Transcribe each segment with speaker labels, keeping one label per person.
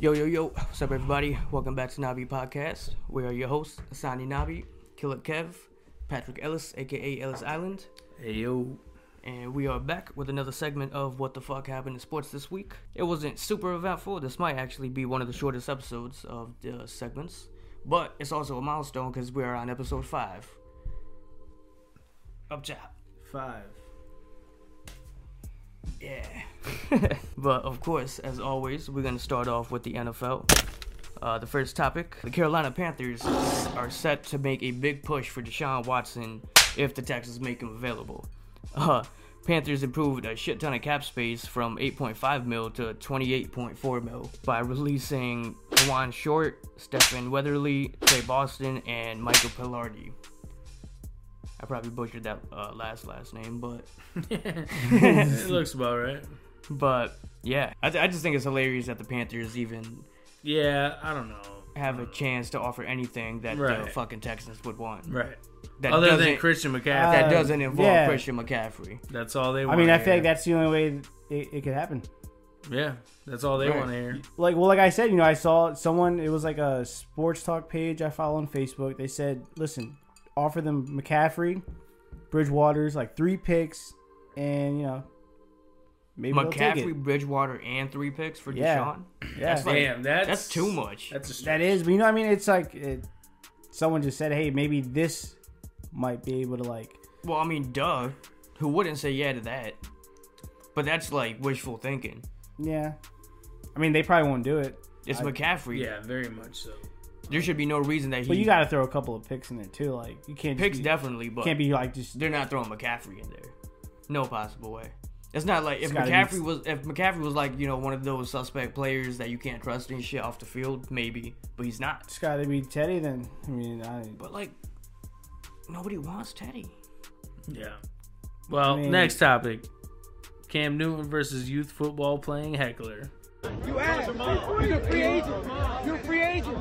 Speaker 1: Yo, yo, yo. What's up, everybody? Welcome back to Navi Podcast. We are your hosts, Asani Navi, Killer Kev, Patrick Ellis, aka Ellis Island.
Speaker 2: Hey, yo.
Speaker 1: And we are back with another segment of What the Fuck Happened in Sports this week. It wasn't super eventful. This might actually be one of the shortest episodes of the segments. But it's also a milestone because we are on episode 5. Up top.
Speaker 2: Five.
Speaker 1: Yeah. but of course, as always, we're going to start off with the NFL. Uh, the first topic the Carolina Panthers are set to make a big push for Deshaun Watson if the Texans make him available. Uh, Panthers improved a shit ton of cap space from 8.5 mil to 28.4 mil by releasing Juan Short, Stephen Weatherly, Trey Boston, and Michael Pilardi. I probably butchered that uh, last last name, but
Speaker 2: it looks about right.
Speaker 1: But yeah, I, th- I just think it's hilarious that the Panthers even
Speaker 2: Yeah, I don't know.
Speaker 1: have a chance to offer anything that the
Speaker 2: Right.
Speaker 1: fucking Texans would want.
Speaker 2: Right.
Speaker 1: That
Speaker 2: Other
Speaker 1: doesn't
Speaker 2: than Christian McCaffrey,
Speaker 1: that
Speaker 3: Uh,
Speaker 1: doesn't involve
Speaker 3: yeah.
Speaker 1: Christian McCaffrey.
Speaker 2: that's all they
Speaker 3: I
Speaker 2: want.
Speaker 3: mean,
Speaker 2: to
Speaker 3: I feel like
Speaker 2: hear.
Speaker 3: that's the only way it, it could happen.
Speaker 2: Yeah, that's all they
Speaker 1: Right.
Speaker 2: want to hear.
Speaker 3: Like, well, like I said, you know, I saw someone. It was like a sports talk page I follow on Facebook. They said, "Listen, offer them McCaffrey, Bridgewater's like three picks, and you know, maybe they'll take it."
Speaker 1: McCaffrey, Bridgewater, and three picks for
Speaker 3: Yeah.
Speaker 1: Deshaun.
Speaker 3: Yeah,
Speaker 1: That's like
Speaker 2: Damn, that's
Speaker 1: that's too much.
Speaker 2: That's a stretch.
Speaker 3: that is. But you know, what I mean, it's like it, someone just said, "Hey, maybe this might be able to like."
Speaker 1: Well, I mean, duh. Who wouldn't say yeah to that? But that's like wishful thinking.
Speaker 3: Yeah, I mean, they probably won't do it,
Speaker 1: It's
Speaker 3: I-
Speaker 1: McCaffrey.
Speaker 2: Yeah, very much so.
Speaker 1: There should be no reason that he
Speaker 3: but you got to throw a couple of picks in there too. Like, you
Speaker 1: Mm.
Speaker 3: can't just
Speaker 1: picks
Speaker 3: be,
Speaker 1: definitely, but
Speaker 3: can't be like just
Speaker 1: they're not throwing McCaffrey in there. No possible way. It's not like if
Speaker 3: It's gotta be-
Speaker 1: McCaffrey was if McCaffrey was like you know one of those suspect players that you can't trust and shit off the field, maybe, but he's not.
Speaker 3: It's got to be Teddy then. I mean, I,
Speaker 1: But like nobody wants Teddy.
Speaker 2: Yeah. Well,
Speaker 3: I mean-
Speaker 2: next topic Cam Newton versus youth football playing heckler.
Speaker 4: You ass. You're a free agent. You're a free agent.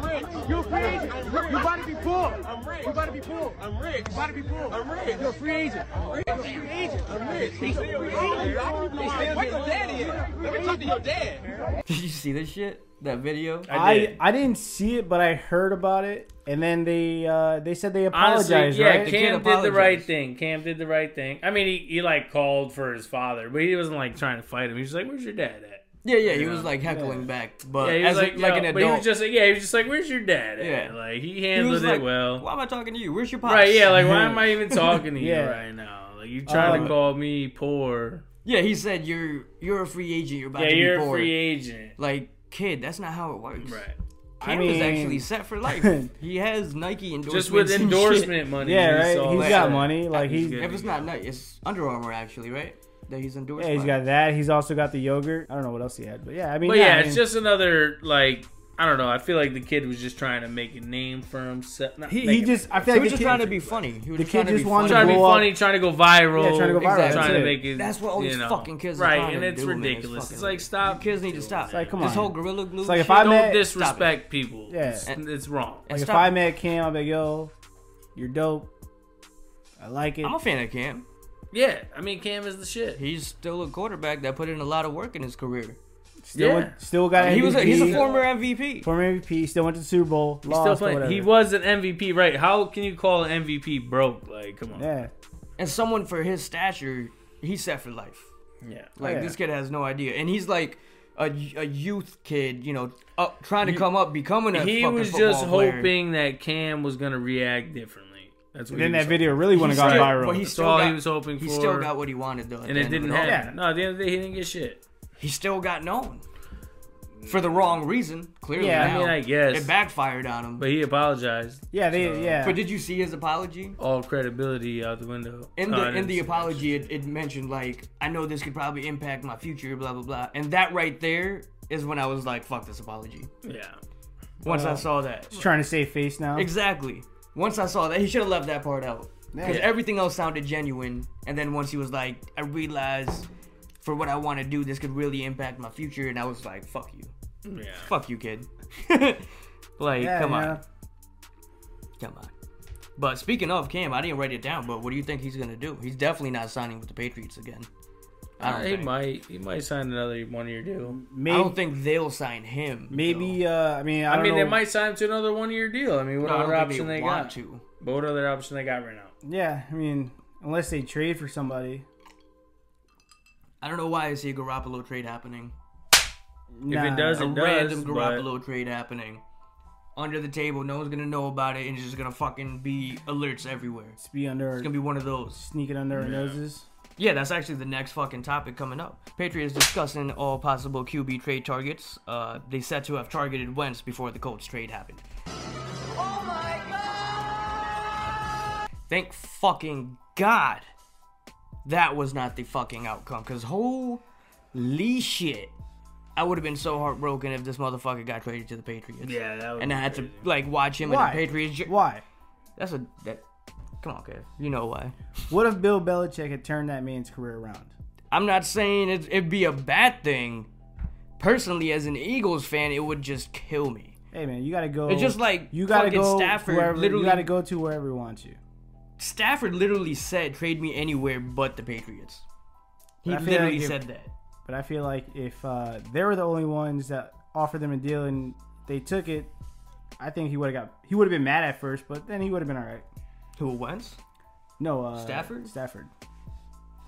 Speaker 4: You're a free agent. You about to be poor. I'm rich. You about to be poor. I'm rich. You about to be poor. I'm rich. You're a free agent. I'm rich. You're a free agent. I'm rich. He's a free agent. Where your daddy at? Let me talk to your dad.
Speaker 1: Did you see this shit? That video?
Speaker 2: I
Speaker 3: I,
Speaker 2: did.
Speaker 3: I didn't see it, but I heard about it, and then they uh, they said they apologized,
Speaker 2: Honestly, yeah,
Speaker 3: right?
Speaker 1: kid
Speaker 2: Cam did the right
Speaker 1: apologized.
Speaker 2: thing. Cam did the right thing. I mean, he, he like called for his father, but he wasn't like trying to fight him. He was like, "Where's your dad at?"
Speaker 1: yeah, yeah, he was like heckling back, but
Speaker 2: Yeah, he was
Speaker 1: as
Speaker 2: like,
Speaker 1: like, like
Speaker 2: yo,
Speaker 1: an adult.
Speaker 2: But he was just like, yeah, he was just like, "Where's your dad?" At?
Speaker 1: Yeah.
Speaker 2: like he
Speaker 1: He
Speaker 2: handled
Speaker 1: was
Speaker 2: it
Speaker 1: like,
Speaker 2: well.
Speaker 1: Why am I talking to you? Where's your pops?
Speaker 2: Right? Yeah. Like, why am I even talking to you
Speaker 3: Yeah.
Speaker 2: right now? Like, you trying
Speaker 3: Um,
Speaker 2: to call me poor?
Speaker 1: yeah. He said you're you're a free agent. You're about
Speaker 2: Yeah,
Speaker 1: to be
Speaker 2: you're a
Speaker 1: bored.
Speaker 2: free agent.
Speaker 1: Like kid, that's not how it works.
Speaker 2: Right.
Speaker 1: Cam
Speaker 3: I
Speaker 1: is
Speaker 3: mean-
Speaker 1: actually set for life. he has Nike endorsements.
Speaker 2: Just with
Speaker 1: and shit.
Speaker 2: endorsement money.
Speaker 3: Yeah,
Speaker 2: you
Speaker 3: right.
Speaker 2: saw
Speaker 3: He's
Speaker 2: that.
Speaker 3: got money. Like
Speaker 2: He's
Speaker 3: he's
Speaker 2: good.
Speaker 1: If it's not Nike, it's Under Armour actually, right? That he's endorsed.
Speaker 3: yeah, he's
Speaker 1: by.
Speaker 3: got that. He's also got the yogurt. I don't know what else he had, but yeah, I mean,
Speaker 2: But yeah,
Speaker 3: I
Speaker 2: it's
Speaker 3: mean,
Speaker 2: just another like I don't know. I feel like the kid was just trying to make a name for himself. Not
Speaker 3: he,
Speaker 2: make
Speaker 3: he
Speaker 2: a-
Speaker 3: just I feel
Speaker 1: He
Speaker 3: like
Speaker 1: was
Speaker 3: the
Speaker 1: just
Speaker 3: kid-
Speaker 1: trying to be funny. He was
Speaker 3: the
Speaker 1: just
Speaker 3: kid
Speaker 1: trying to
Speaker 3: just
Speaker 1: be
Speaker 3: wanted
Speaker 1: funny.
Speaker 2: trying to be
Speaker 3: blow up-
Speaker 2: funny, trying to go viral,
Speaker 3: Yeah, trying to go viral,
Speaker 2: trying
Speaker 3: that's
Speaker 2: to
Speaker 3: it.
Speaker 2: make it.
Speaker 1: That's what all
Speaker 2: you
Speaker 1: these
Speaker 2: know.
Speaker 1: fucking kids are
Speaker 2: right?
Speaker 1: trying
Speaker 2: and
Speaker 1: to
Speaker 2: it's
Speaker 1: do, man. It's
Speaker 2: ridiculous. It's,
Speaker 1: fucking-
Speaker 2: like stop.
Speaker 1: kids need to stop.
Speaker 2: It's
Speaker 3: like, come
Speaker 1: this
Speaker 3: on.
Speaker 1: whole gorilla glue.
Speaker 3: like,
Speaker 1: shit,
Speaker 3: if I
Speaker 2: Don't
Speaker 3: met-
Speaker 2: disrespect people.
Speaker 3: Yeah.
Speaker 2: It's, it's wrong.
Speaker 3: like if
Speaker 1: stop
Speaker 3: I
Speaker 1: it.
Speaker 3: met Cam, I'd be like, yo, you're dope. I like it.
Speaker 1: I'm a fan of Cam.
Speaker 2: Yeah, I mean Cam is the shit.
Speaker 1: He's still a quarterback that put in a lot of work in his career.
Speaker 3: Still,
Speaker 2: yeah.
Speaker 3: still got.
Speaker 1: He was a, he's a
Speaker 3: MVP,
Speaker 1: former MVP.
Speaker 3: former MVP. Still went to the Super Bowl.
Speaker 2: He's
Speaker 3: Lost,
Speaker 2: still
Speaker 3: or
Speaker 2: playing.
Speaker 3: whatever.
Speaker 2: He was an MVP, right? How can you call an MVP broke? Like, come on.
Speaker 3: Yeah,
Speaker 1: And someone for his stature, he's set for life.
Speaker 2: Yeah.
Speaker 1: Like
Speaker 3: Yeah.
Speaker 1: this kid has no idea, and he's like a, a youth kid, you know, up trying to come up, becoming a
Speaker 2: He
Speaker 1: fucking
Speaker 2: was
Speaker 1: football
Speaker 2: just
Speaker 1: player.
Speaker 2: hoping that Cam was gonna react differently. That's what
Speaker 3: then
Speaker 2: he was
Speaker 3: that video really wouldn't
Speaker 1: He
Speaker 3: have
Speaker 1: still-
Speaker 3: gone viral.
Speaker 1: but he
Speaker 2: That's
Speaker 1: still
Speaker 2: all
Speaker 1: got,
Speaker 2: he was hoping
Speaker 1: He
Speaker 2: for.
Speaker 1: still got what he wanted though, at
Speaker 2: and
Speaker 1: the
Speaker 2: it
Speaker 1: end of
Speaker 2: didn't
Speaker 1: all.
Speaker 2: happen. No, at the end of the day, he didn't get shit.
Speaker 1: He still got known for the wrong reason. Clearly,
Speaker 3: Yeah, I
Speaker 1: now.
Speaker 2: mean, I guess.
Speaker 1: it backfired on him. But,
Speaker 2: But he apologized.
Speaker 3: yeah, they yeah.
Speaker 1: did you see his apology?
Speaker 2: All credibility out the window. Uh,
Speaker 1: In
Speaker 2: No, I
Speaker 1: the in
Speaker 2: didn't
Speaker 1: the
Speaker 2: see that
Speaker 1: apology,
Speaker 2: shit.
Speaker 1: it, it mentioned like I know this could probably impact my future, blah blah blah, and that right there is when I was like, fuck this apology.
Speaker 2: Yeah.
Speaker 1: Once I saw that,
Speaker 3: trying to save face now.
Speaker 1: exactly. Once I saw that, he should have left that part out.
Speaker 3: Yeah.
Speaker 1: Because everything else sounded genuine. And then once he was like, I realized for what I want to do, this could really impact my future. And I was like, fuck you.
Speaker 2: Yeah.
Speaker 1: Fuck you, kid. like,
Speaker 3: Yeah,
Speaker 1: come
Speaker 3: yeah.
Speaker 1: on. Come on. But speaking of Cam, I didn't write it down, but what do you think he's going to do? He's definitely not signing with the Patriots again. I don't
Speaker 2: Uh, he
Speaker 1: think.
Speaker 2: might. He might sign another one year deal.
Speaker 1: I
Speaker 3: Maybe,
Speaker 1: don't think they'll sign him.
Speaker 3: maybe.
Speaker 1: though.
Speaker 3: Uh, I mean, I,
Speaker 2: I,
Speaker 3: don't
Speaker 2: mean,
Speaker 3: know.
Speaker 2: they might sign him to another one year deal. I mean, what
Speaker 1: No, I
Speaker 2: other
Speaker 1: don't
Speaker 2: option
Speaker 1: think
Speaker 2: they
Speaker 1: they want
Speaker 2: got?
Speaker 1: to.
Speaker 2: But what other option they got right now?
Speaker 3: Yeah, I mean, unless they trade for somebody.
Speaker 1: I don't know why I see a Garoppolo trade happening.
Speaker 3: Nah,
Speaker 2: if it does,
Speaker 1: A
Speaker 2: it does.
Speaker 1: random
Speaker 2: But
Speaker 1: Garoppolo trade happening. Under the table, no one's gonna know about it, and it's just gonna fucking be alerts everywhere. It's
Speaker 3: just be under, our-
Speaker 1: gonna be one of those.
Speaker 3: sneaking under our noses.
Speaker 1: Yeah, that's actually the next fucking topic coming up. Patriots discussing all possible QB trade targets. Uh, they said to have targeted Wentz before the Colts trade happened.
Speaker 5: Oh my god!
Speaker 1: Thank fucking God that was not the fucking outcome. Cause holy shit. I would have been so heartbroken if this motherfucker got traded to the Patriots.
Speaker 2: Yeah, that would
Speaker 1: And
Speaker 2: be
Speaker 1: I had to
Speaker 2: crazy.
Speaker 1: like watch him in
Speaker 3: Why?
Speaker 1: the Patriots. jer-
Speaker 3: Why?
Speaker 1: That's a that come on, Kev. You know why.
Speaker 3: What if Bill Belichick had turned that man's career around?
Speaker 1: I'm not saying it, it'd be a bad thing. Personally, as an Eagles fan, it would just kill me.
Speaker 3: Hey man, you gotta go.
Speaker 1: It's just like
Speaker 3: you gotta
Speaker 1: fucking
Speaker 3: go
Speaker 1: Stafford
Speaker 3: wherever.
Speaker 1: literally-
Speaker 3: You gotta go to wherever he wants you.
Speaker 1: Stafford literally said, "Trade me anywhere but the Patriots." He
Speaker 3: I feel
Speaker 1: literally
Speaker 3: like if-
Speaker 1: said that.
Speaker 3: But I feel like if uh, they were the only ones that offered them a deal and they took it, I think he would have got. He would have been mad at first, but then he would have been all right.
Speaker 1: Who Wentz?
Speaker 3: No, uh,
Speaker 1: Stafford?
Speaker 3: Stafford.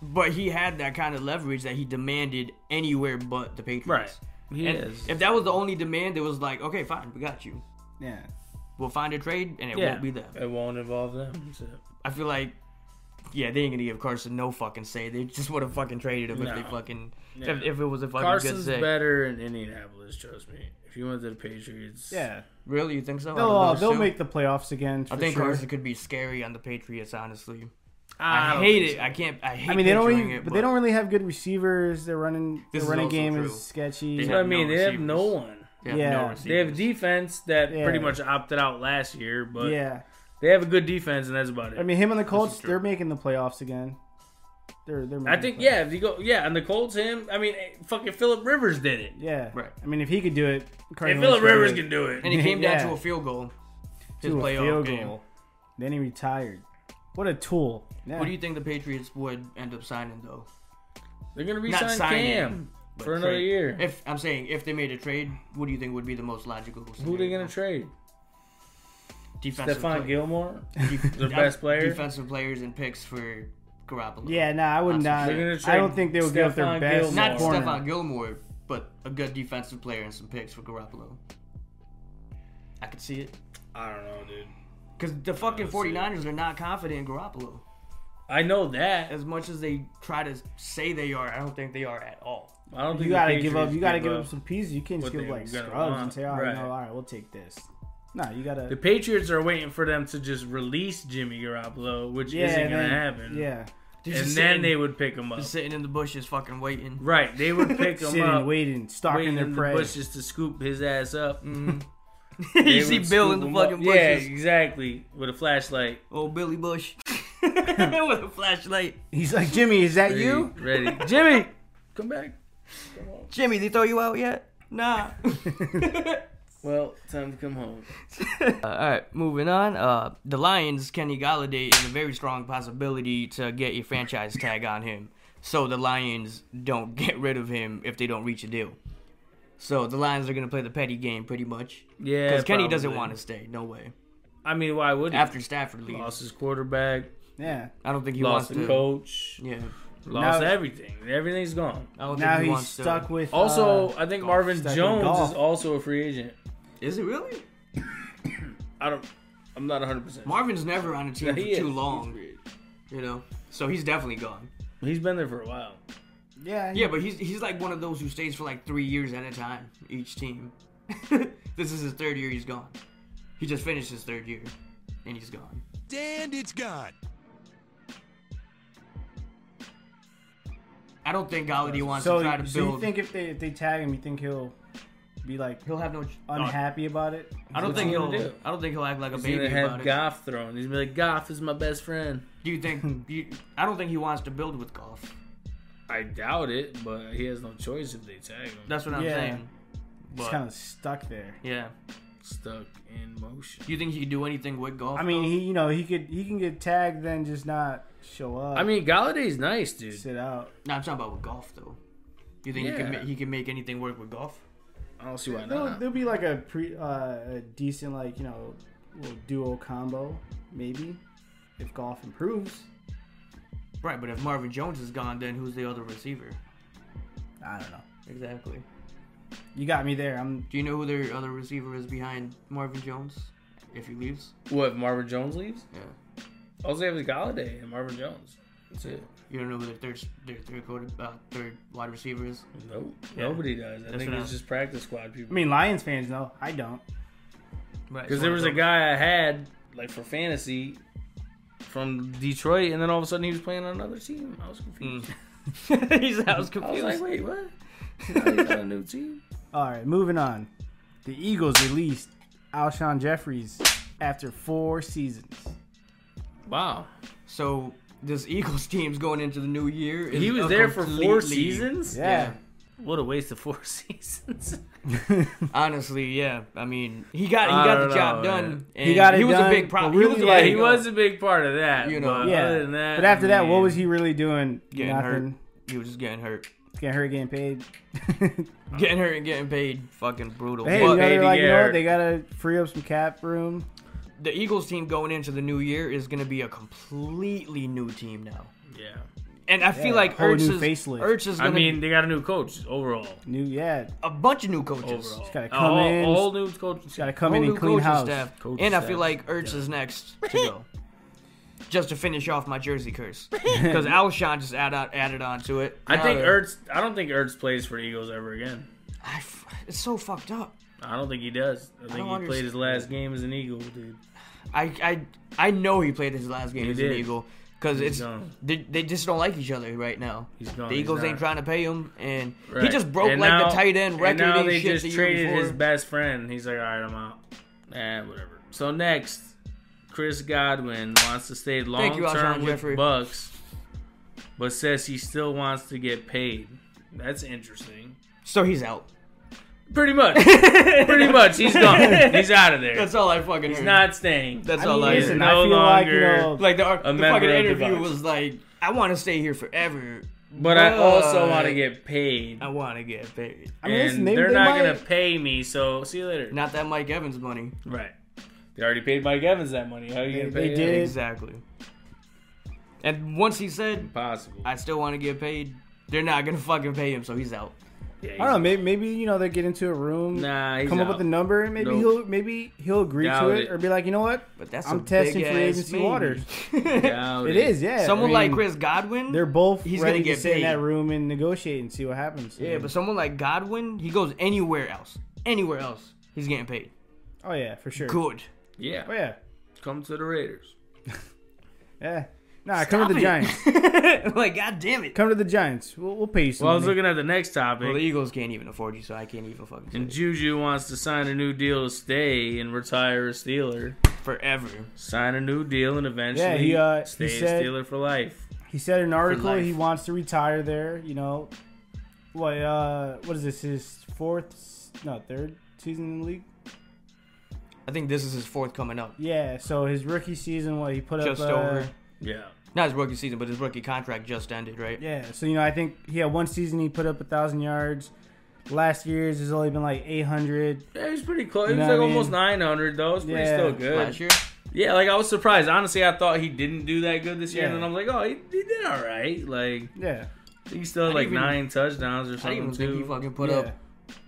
Speaker 1: But he had that kind of leverage that he demanded anywhere but the Patriots.
Speaker 2: Right. He
Speaker 1: And
Speaker 2: is.
Speaker 1: If that was the only demand, it was like, okay, fine, we got you.
Speaker 3: Yeah.
Speaker 1: We'll find a trade, and it
Speaker 2: yeah,
Speaker 1: won't be them.
Speaker 2: It won't involve them. That's it.
Speaker 1: I feel like, yeah, they ain't gonna give Carson no fucking say. They just would have fucking traded him if they
Speaker 2: No.
Speaker 1: fucking
Speaker 2: Yeah.
Speaker 1: if, if it was a fucking good
Speaker 2: Carson's
Speaker 1: say.
Speaker 2: better in Indianapolis. Trust me. If you went to the Patriots,
Speaker 3: Yeah.
Speaker 1: Really, you think so? I
Speaker 3: They'll,
Speaker 1: don't
Speaker 3: uh,
Speaker 1: know,
Speaker 3: they'll
Speaker 1: Sue.
Speaker 3: make the playoffs again. For
Speaker 1: Oh, I think
Speaker 3: sure.
Speaker 1: Carson could be scary on the Patriots. Honestly,
Speaker 2: I,
Speaker 1: I,
Speaker 2: don't
Speaker 1: hate
Speaker 2: think
Speaker 1: it. I can't. I hate.
Speaker 3: I mean, they don't.
Speaker 1: picturing
Speaker 3: Really,
Speaker 1: it,
Speaker 3: but they don't really have good receivers. Their running,
Speaker 1: This
Speaker 3: their
Speaker 1: is
Speaker 3: running
Speaker 1: also
Speaker 3: game
Speaker 1: true.
Speaker 3: is sketchy.
Speaker 1: They
Speaker 2: So, I
Speaker 1: have no
Speaker 2: mean, they have no
Speaker 1: receivers.
Speaker 2: one.
Speaker 1: They have
Speaker 3: Yeah.
Speaker 1: no
Speaker 3: They
Speaker 2: They have
Speaker 1: receivers.
Speaker 2: defense that
Speaker 3: Yeah.
Speaker 2: pretty much opted out last year, but
Speaker 3: yeah.
Speaker 2: they have a good defense, and that's about it.
Speaker 3: I mean, him and the Colts,
Speaker 1: true.
Speaker 3: they're making the playoffs again. They're, they're.
Speaker 2: I
Speaker 3: making
Speaker 2: think
Speaker 3: the playoffs.
Speaker 2: yeah, if you go yeah, and the Colts him. I mean, eh, fucking Philip Rivers did it.
Speaker 3: Yeah.
Speaker 1: Right.
Speaker 3: I mean, if he could do it, Carson
Speaker 2: If Philip
Speaker 3: Wentz could do
Speaker 2: Rivers
Speaker 3: it.
Speaker 2: can do it,
Speaker 1: And it came down
Speaker 3: Yeah.
Speaker 1: to a field goal. His
Speaker 3: To a
Speaker 1: playoff
Speaker 3: field
Speaker 1: game.
Speaker 3: goal. Then he retired. What a tool. Yeah.
Speaker 1: What do you think the Patriots would end up signing though?
Speaker 2: they're gonna
Speaker 1: Not
Speaker 2: resign
Speaker 1: signing,
Speaker 2: Cam
Speaker 1: but
Speaker 2: for another
Speaker 1: trade.
Speaker 2: year.
Speaker 1: If I'm saying if they made a trade, what do you think would be the most logical?
Speaker 2: Who
Speaker 1: scenario?
Speaker 2: are they gonna trade?
Speaker 1: Defensive
Speaker 2: Stephon
Speaker 1: player.
Speaker 2: Gilmore, their
Speaker 1: Def-
Speaker 2: best player.
Speaker 1: defensive players and picks for Garoppolo.
Speaker 3: Yeah, nah, I would
Speaker 1: That's
Speaker 3: not.
Speaker 1: for sure.
Speaker 2: They're gonna
Speaker 3: I
Speaker 2: trade
Speaker 3: don't think they would give up their
Speaker 2: Stephon
Speaker 3: best
Speaker 2: Gilmore.
Speaker 1: not
Speaker 3: corner.
Speaker 1: Stephon Gilmore, but a good defensive player and some picks for Garoppolo. I could see it
Speaker 2: I don't know, dude.
Speaker 1: because the fucking
Speaker 2: I don't see it.
Speaker 1: 49ers are not confident in Garoppolo
Speaker 2: I know that.
Speaker 1: as much as they try to say they are. I don't think they are at all.
Speaker 2: I don't think
Speaker 3: You
Speaker 2: the
Speaker 3: gotta give
Speaker 2: Patriots
Speaker 3: up. You gotta
Speaker 2: give
Speaker 3: give up some pieces. You can't just
Speaker 2: what
Speaker 3: give
Speaker 2: they
Speaker 3: like
Speaker 2: gonna
Speaker 3: scrubs
Speaker 2: want.
Speaker 3: and say, "Oh, all right,
Speaker 2: Right.
Speaker 3: no, all right, we'll take this. No, you gotta.
Speaker 2: The Patriots are waiting for them to just release Jimmy Garoppolo, which
Speaker 3: yeah,
Speaker 2: isn't gonna
Speaker 3: then-
Speaker 2: happen.
Speaker 3: Yeah,
Speaker 1: They're
Speaker 2: and
Speaker 1: just
Speaker 2: then
Speaker 1: sitting-
Speaker 2: they would pick him up.
Speaker 1: they're sitting in the bushes, fucking waiting.
Speaker 2: Right, they would pick him
Speaker 3: sitting,
Speaker 2: up,
Speaker 3: waiting, stalking
Speaker 2: waiting
Speaker 3: their
Speaker 2: in
Speaker 3: prey.
Speaker 2: the bushes to scoop his ass up. Mm-hmm. They
Speaker 1: you see
Speaker 2: would
Speaker 1: Bill
Speaker 2: scoop
Speaker 1: in the
Speaker 2: him up.
Speaker 1: fucking
Speaker 2: Yeah,
Speaker 1: bushes.
Speaker 2: exactly, with a flashlight.
Speaker 1: Oh, Billy Bush with a flashlight.
Speaker 3: He's like, Jimmy, is that
Speaker 2: Ready,
Speaker 3: you?
Speaker 2: ready? Jimmy, come back.
Speaker 1: Jimmy, they throw you out yet? Nah.
Speaker 2: Well, time to come home.
Speaker 1: Uh, all right, moving on. Uh, the Lions, Kenny Galladay is a very strong possibility to get a franchise tag on him, so the Lions don't get rid of him if they don't reach a deal. So the Lions are gonna play the petty game pretty much.
Speaker 2: Yeah,
Speaker 1: because Kenny doesn't
Speaker 2: probably.
Speaker 1: want to stay. No way.
Speaker 2: I mean, why would he?
Speaker 1: After Stafford leaves,
Speaker 2: lost his quarterback,
Speaker 3: Yeah.
Speaker 1: I don't think he
Speaker 2: lost
Speaker 1: wants to.
Speaker 2: the coach,
Speaker 1: Yeah,
Speaker 2: lost
Speaker 3: Now-
Speaker 2: everything. Everything's gone.
Speaker 1: I don't
Speaker 3: Now
Speaker 1: think he
Speaker 3: he's
Speaker 1: wants
Speaker 3: stuck
Speaker 1: to.
Speaker 3: with.
Speaker 2: Also,
Speaker 3: uh,
Speaker 2: I think
Speaker 1: golf.
Speaker 2: Marvin
Speaker 3: Stuck in
Speaker 2: Jones
Speaker 3: golf.
Speaker 2: is also a free agent.
Speaker 1: Is it really?
Speaker 2: I don't. I'm not 100. percent
Speaker 1: Marvin's never on a team for too long, you know. So he's definitely gone.
Speaker 2: He's been there for a while.
Speaker 3: yeah,
Speaker 1: Yeah, but he's he's like one of those who stays for like three years at a time each team. this is his third year. He's gone. He just finished his third year, and he's gone.
Speaker 6: And it's gone.
Speaker 1: I don't think Galladay wants
Speaker 3: So,
Speaker 1: to try to
Speaker 3: so you
Speaker 1: build.
Speaker 3: think if they if they tag him, you think he'll be like
Speaker 1: he'll have no.
Speaker 3: unhappy about it?
Speaker 1: I don't
Speaker 2: What's
Speaker 1: think
Speaker 2: he
Speaker 1: he'll.
Speaker 2: gonna do?
Speaker 1: I don't think he'll act like a
Speaker 2: He's
Speaker 1: baby
Speaker 2: gonna have
Speaker 1: about it.
Speaker 2: Goff thrown. He's gonna be like, Goff is my best friend.
Speaker 1: Do you think? you, I don't think he wants to build with golf.
Speaker 2: I doubt it, but he has no choice if they tag him.
Speaker 1: That's what I'm
Speaker 3: Yeah.
Speaker 1: saying.
Speaker 3: He's
Speaker 1: But,
Speaker 3: kind of stuck there.
Speaker 1: yeah,
Speaker 2: stuck in motion.
Speaker 1: You think he could do anything with golf?
Speaker 3: I mean, he you know he could he can get tagged then just not show up.
Speaker 2: I mean, Galladay's nice, dude.
Speaker 3: sit out.
Speaker 1: no, I'm talking about with golf though. You think he
Speaker 2: Yeah.
Speaker 1: can ma- he can make anything work with golf?
Speaker 2: I don't see why
Speaker 3: There'll,
Speaker 2: not.
Speaker 3: there'll be like a pre uh, a decent like you know little duo combo maybe if golf improves.
Speaker 1: Right, but if Marvin Jones is gone, then who's the other receiver?
Speaker 3: I don't know.
Speaker 1: Exactly.
Speaker 3: You got me there. I'm
Speaker 1: Do you know who their other receiver is behind Marvin Jones? If he leaves,
Speaker 2: What if Marvin Jones leaves?
Speaker 1: yeah.
Speaker 2: All they have is Galladay and Marvin Jones. That's it.
Speaker 1: You don't know who their third their third quarter, uh, third wide receiver is.
Speaker 2: Nope. Nobody does. I
Speaker 1: That's
Speaker 2: think
Speaker 1: what
Speaker 2: it's
Speaker 1: I-
Speaker 2: just practice squad people.
Speaker 3: I mean Lions fans know I don't.
Speaker 1: Right.
Speaker 2: Because there was a guy I had like for fantasy from Detroit, and then all of a sudden he was playing on another team. I was confused.
Speaker 1: He's I was
Speaker 3: Mm.
Speaker 2: I was
Speaker 1: confused.
Speaker 2: like, wait, what? Now he's on a new team.
Speaker 3: All right, moving on. The Eagles released Alshon Jeffries after four seasons.
Speaker 2: Wow,
Speaker 1: so this Eagles team's going into the new year. is
Speaker 2: he was
Speaker 1: a
Speaker 2: there for four
Speaker 1: completely-
Speaker 2: seasons.
Speaker 1: Yeah.
Speaker 2: What a waste of four seasons.
Speaker 1: Honestly, yeah. I mean, he got he
Speaker 2: I
Speaker 1: got
Speaker 2: don't
Speaker 1: the job
Speaker 2: know,
Speaker 1: done.
Speaker 2: man.
Speaker 1: And
Speaker 3: He got it
Speaker 1: He was
Speaker 3: done,
Speaker 1: a big
Speaker 3: but
Speaker 1: problem.
Speaker 3: really,
Speaker 1: he was a
Speaker 3: like,
Speaker 2: yeah,
Speaker 1: big
Speaker 2: he
Speaker 1: goal.
Speaker 2: was a big part of that.
Speaker 1: You
Speaker 2: You
Speaker 1: know.
Speaker 2: know, but
Speaker 3: Yeah.
Speaker 2: other than that,
Speaker 3: but after
Speaker 2: I
Speaker 3: that, what
Speaker 2: mean,
Speaker 3: was he really doing?
Speaker 1: Getting hurt.
Speaker 3: Nothing.
Speaker 1: He was just getting hurt,
Speaker 3: Getting hurt, getting paid.
Speaker 1: getting hurt, and getting paid. Fucking brutal. But
Speaker 3: hey, you know,
Speaker 2: paid
Speaker 3: they're
Speaker 2: to
Speaker 3: like,
Speaker 2: get
Speaker 3: you know what?
Speaker 2: hurt.
Speaker 3: They gotta free up some cap room.
Speaker 1: the Eagles team going into the new year is going to be a completely new team now.
Speaker 2: Yeah,
Speaker 1: And I feel
Speaker 3: Yeah,
Speaker 1: like
Speaker 3: whole
Speaker 1: Ertz
Speaker 3: new
Speaker 1: is,
Speaker 3: facelift.
Speaker 1: Ertz is
Speaker 2: I
Speaker 1: going
Speaker 2: mean
Speaker 1: to
Speaker 2: they got a new coach overall.
Speaker 3: New, yeah,
Speaker 1: a bunch of new coaches.
Speaker 2: Overall,
Speaker 3: gotta
Speaker 2: A
Speaker 3: come
Speaker 2: whole-
Speaker 3: in,
Speaker 2: a whole new coach.
Speaker 3: gotta come
Speaker 1: Whole
Speaker 3: in
Speaker 1: new
Speaker 3: and clean
Speaker 1: coaching
Speaker 3: house.
Speaker 1: staff.
Speaker 2: Coach
Speaker 1: and I
Speaker 2: staff.
Speaker 1: feel like Ertz
Speaker 2: Yeah.
Speaker 1: is next to go. Just to finish off my jersey curse. Because Alshon just add, added on to it.
Speaker 2: I think
Speaker 1: Now-
Speaker 2: Ertz. I don't think Ertz plays for the Eagles ever again.
Speaker 1: I f- it's so fucked up.
Speaker 2: I don't think he does. I think he
Speaker 1: don't
Speaker 2: played his last game as an Eagle, dude.
Speaker 1: I, I, I know he played his last game
Speaker 2: He
Speaker 1: as an
Speaker 2: did.
Speaker 1: Eagle. Because
Speaker 2: He's
Speaker 1: it's
Speaker 2: gone.
Speaker 1: they, they just don't like each other right now.
Speaker 2: He's gone.
Speaker 1: The Eagles
Speaker 2: He's
Speaker 1: ain't
Speaker 2: not.
Speaker 1: trying to pay him, and he
Speaker 2: Right.
Speaker 1: just broke
Speaker 2: And
Speaker 1: like
Speaker 2: now-
Speaker 1: the tight end record
Speaker 2: And
Speaker 1: and,
Speaker 2: now they
Speaker 1: shit
Speaker 2: just
Speaker 1: the year
Speaker 2: traded
Speaker 1: before.
Speaker 2: his best friend. He's like, all right, I'm out. Eh, whatever. So next, Chris Godwin wants to stay long
Speaker 1: you, Alshon
Speaker 2: term with
Speaker 1: Jeffrey.
Speaker 2: Bucks, but says he still wants to get paid. That's interesting.
Speaker 1: so he's out.
Speaker 2: Pretty much. Pretty much. He's gone. He's out of there.
Speaker 1: That's all I fucking
Speaker 2: He's
Speaker 1: heard.
Speaker 2: not staying.
Speaker 1: That's
Speaker 3: I
Speaker 1: all
Speaker 3: mean,
Speaker 1: I
Speaker 3: listen,
Speaker 1: heard.
Speaker 3: I
Speaker 2: No
Speaker 3: feel like you
Speaker 2: longer-
Speaker 3: know,
Speaker 1: Like the, the
Speaker 2: member
Speaker 1: fucking
Speaker 2: of the
Speaker 1: interview
Speaker 2: Bucks.
Speaker 1: was like, I want to stay here forever,
Speaker 2: but I also
Speaker 1: but-
Speaker 2: want to get paid.
Speaker 1: I want to get paid.
Speaker 3: I mean,
Speaker 2: and
Speaker 3: listen, they-
Speaker 2: they're
Speaker 3: they
Speaker 2: not
Speaker 3: might-
Speaker 2: going to pay me, so see you later.
Speaker 1: Not that Mike Evans money.
Speaker 2: Right. They already paid Mike Evans that money. How are you
Speaker 3: They-
Speaker 2: going to
Speaker 3: they
Speaker 2: pay
Speaker 3: did.
Speaker 2: him?
Speaker 1: Exactly. And once he said,
Speaker 2: Impossible.
Speaker 1: I still want to get paid, they're not going to fucking pay him, so he's out.
Speaker 2: Yeah,
Speaker 3: I don't know. Maybe, maybe you know they get into a room,
Speaker 2: Nah, he's
Speaker 3: come up
Speaker 2: out.
Speaker 3: with a number, and maybe
Speaker 2: Nope.
Speaker 3: he'll maybe he'll agree to
Speaker 2: Doubt
Speaker 3: it,
Speaker 2: it.
Speaker 3: or be like, you know what?
Speaker 1: But that's
Speaker 3: I'm
Speaker 1: a
Speaker 3: testing
Speaker 1: big
Speaker 3: free
Speaker 1: ass
Speaker 3: agency
Speaker 1: maybe.
Speaker 3: waters.
Speaker 2: Doubt
Speaker 3: It is, yeah. I
Speaker 1: Someone like
Speaker 3: mean,
Speaker 1: Chris Godwin,
Speaker 3: They're both
Speaker 1: He's
Speaker 3: ready
Speaker 1: gonna
Speaker 3: to
Speaker 1: get
Speaker 3: sit in
Speaker 1: paid.
Speaker 3: that room and negotiate and see what happens.
Speaker 1: yeah, but someone like Godwin, he goes anywhere else. Anywhere else, he's getting paid.
Speaker 3: oh yeah, for sure.
Speaker 1: Good.
Speaker 2: Yeah.
Speaker 3: Oh yeah,
Speaker 2: Come to the Raiders.
Speaker 3: yeah. Nah, come to the
Speaker 1: Stop
Speaker 3: Giants.
Speaker 1: it. like, god damn it.
Speaker 3: Come to the Giants. We'll, we'll pay you some
Speaker 2: Well, I was
Speaker 3: money.
Speaker 2: looking at the next topic.
Speaker 1: Well, the Eagles can't even afford you, so I can't even fucking.
Speaker 2: and
Speaker 1: Say
Speaker 2: Juju wants to sign a new deal to stay and retire a Steeler.
Speaker 1: it. Forever.
Speaker 2: Sign a new deal and eventually
Speaker 3: Yeah, he, uh, he
Speaker 2: stay a
Speaker 3: said-
Speaker 2: Steeler for life.
Speaker 3: He said in an article
Speaker 1: life.
Speaker 3: he wants to retire there. You know, what? Uh, what is this? His fourth, s- no, third season in the league.
Speaker 1: I think this is his fourth coming up.
Speaker 3: Yeah. So his rookie season, what he put
Speaker 1: Just
Speaker 3: up. uh,
Speaker 1: over.
Speaker 2: Yeah.
Speaker 1: Not his rookie season, but his rookie contract just ended, right?
Speaker 3: Yeah, so you know, I think he had one season he put up a thousand yards. Last year's has only been like eight hundred.
Speaker 2: Yeah, he's pretty close.
Speaker 3: You
Speaker 2: He was
Speaker 3: know
Speaker 2: like
Speaker 3: what I
Speaker 2: almost
Speaker 3: mean?
Speaker 2: 900, though. It's pretty
Speaker 3: Yeah.
Speaker 2: still good.
Speaker 1: Last year?
Speaker 2: Yeah, like I was surprised. Honestly, I thought he didn't do that good this year.
Speaker 3: Yeah.
Speaker 2: And then I'm like, oh, he, he did all right. Like,
Speaker 3: Yeah,
Speaker 2: he still had
Speaker 1: I
Speaker 2: like
Speaker 1: didn't even-
Speaker 2: nine touchdowns or
Speaker 1: I didn't
Speaker 2: something.
Speaker 1: even think he
Speaker 2: too.
Speaker 1: fucking put
Speaker 3: yeah.
Speaker 1: up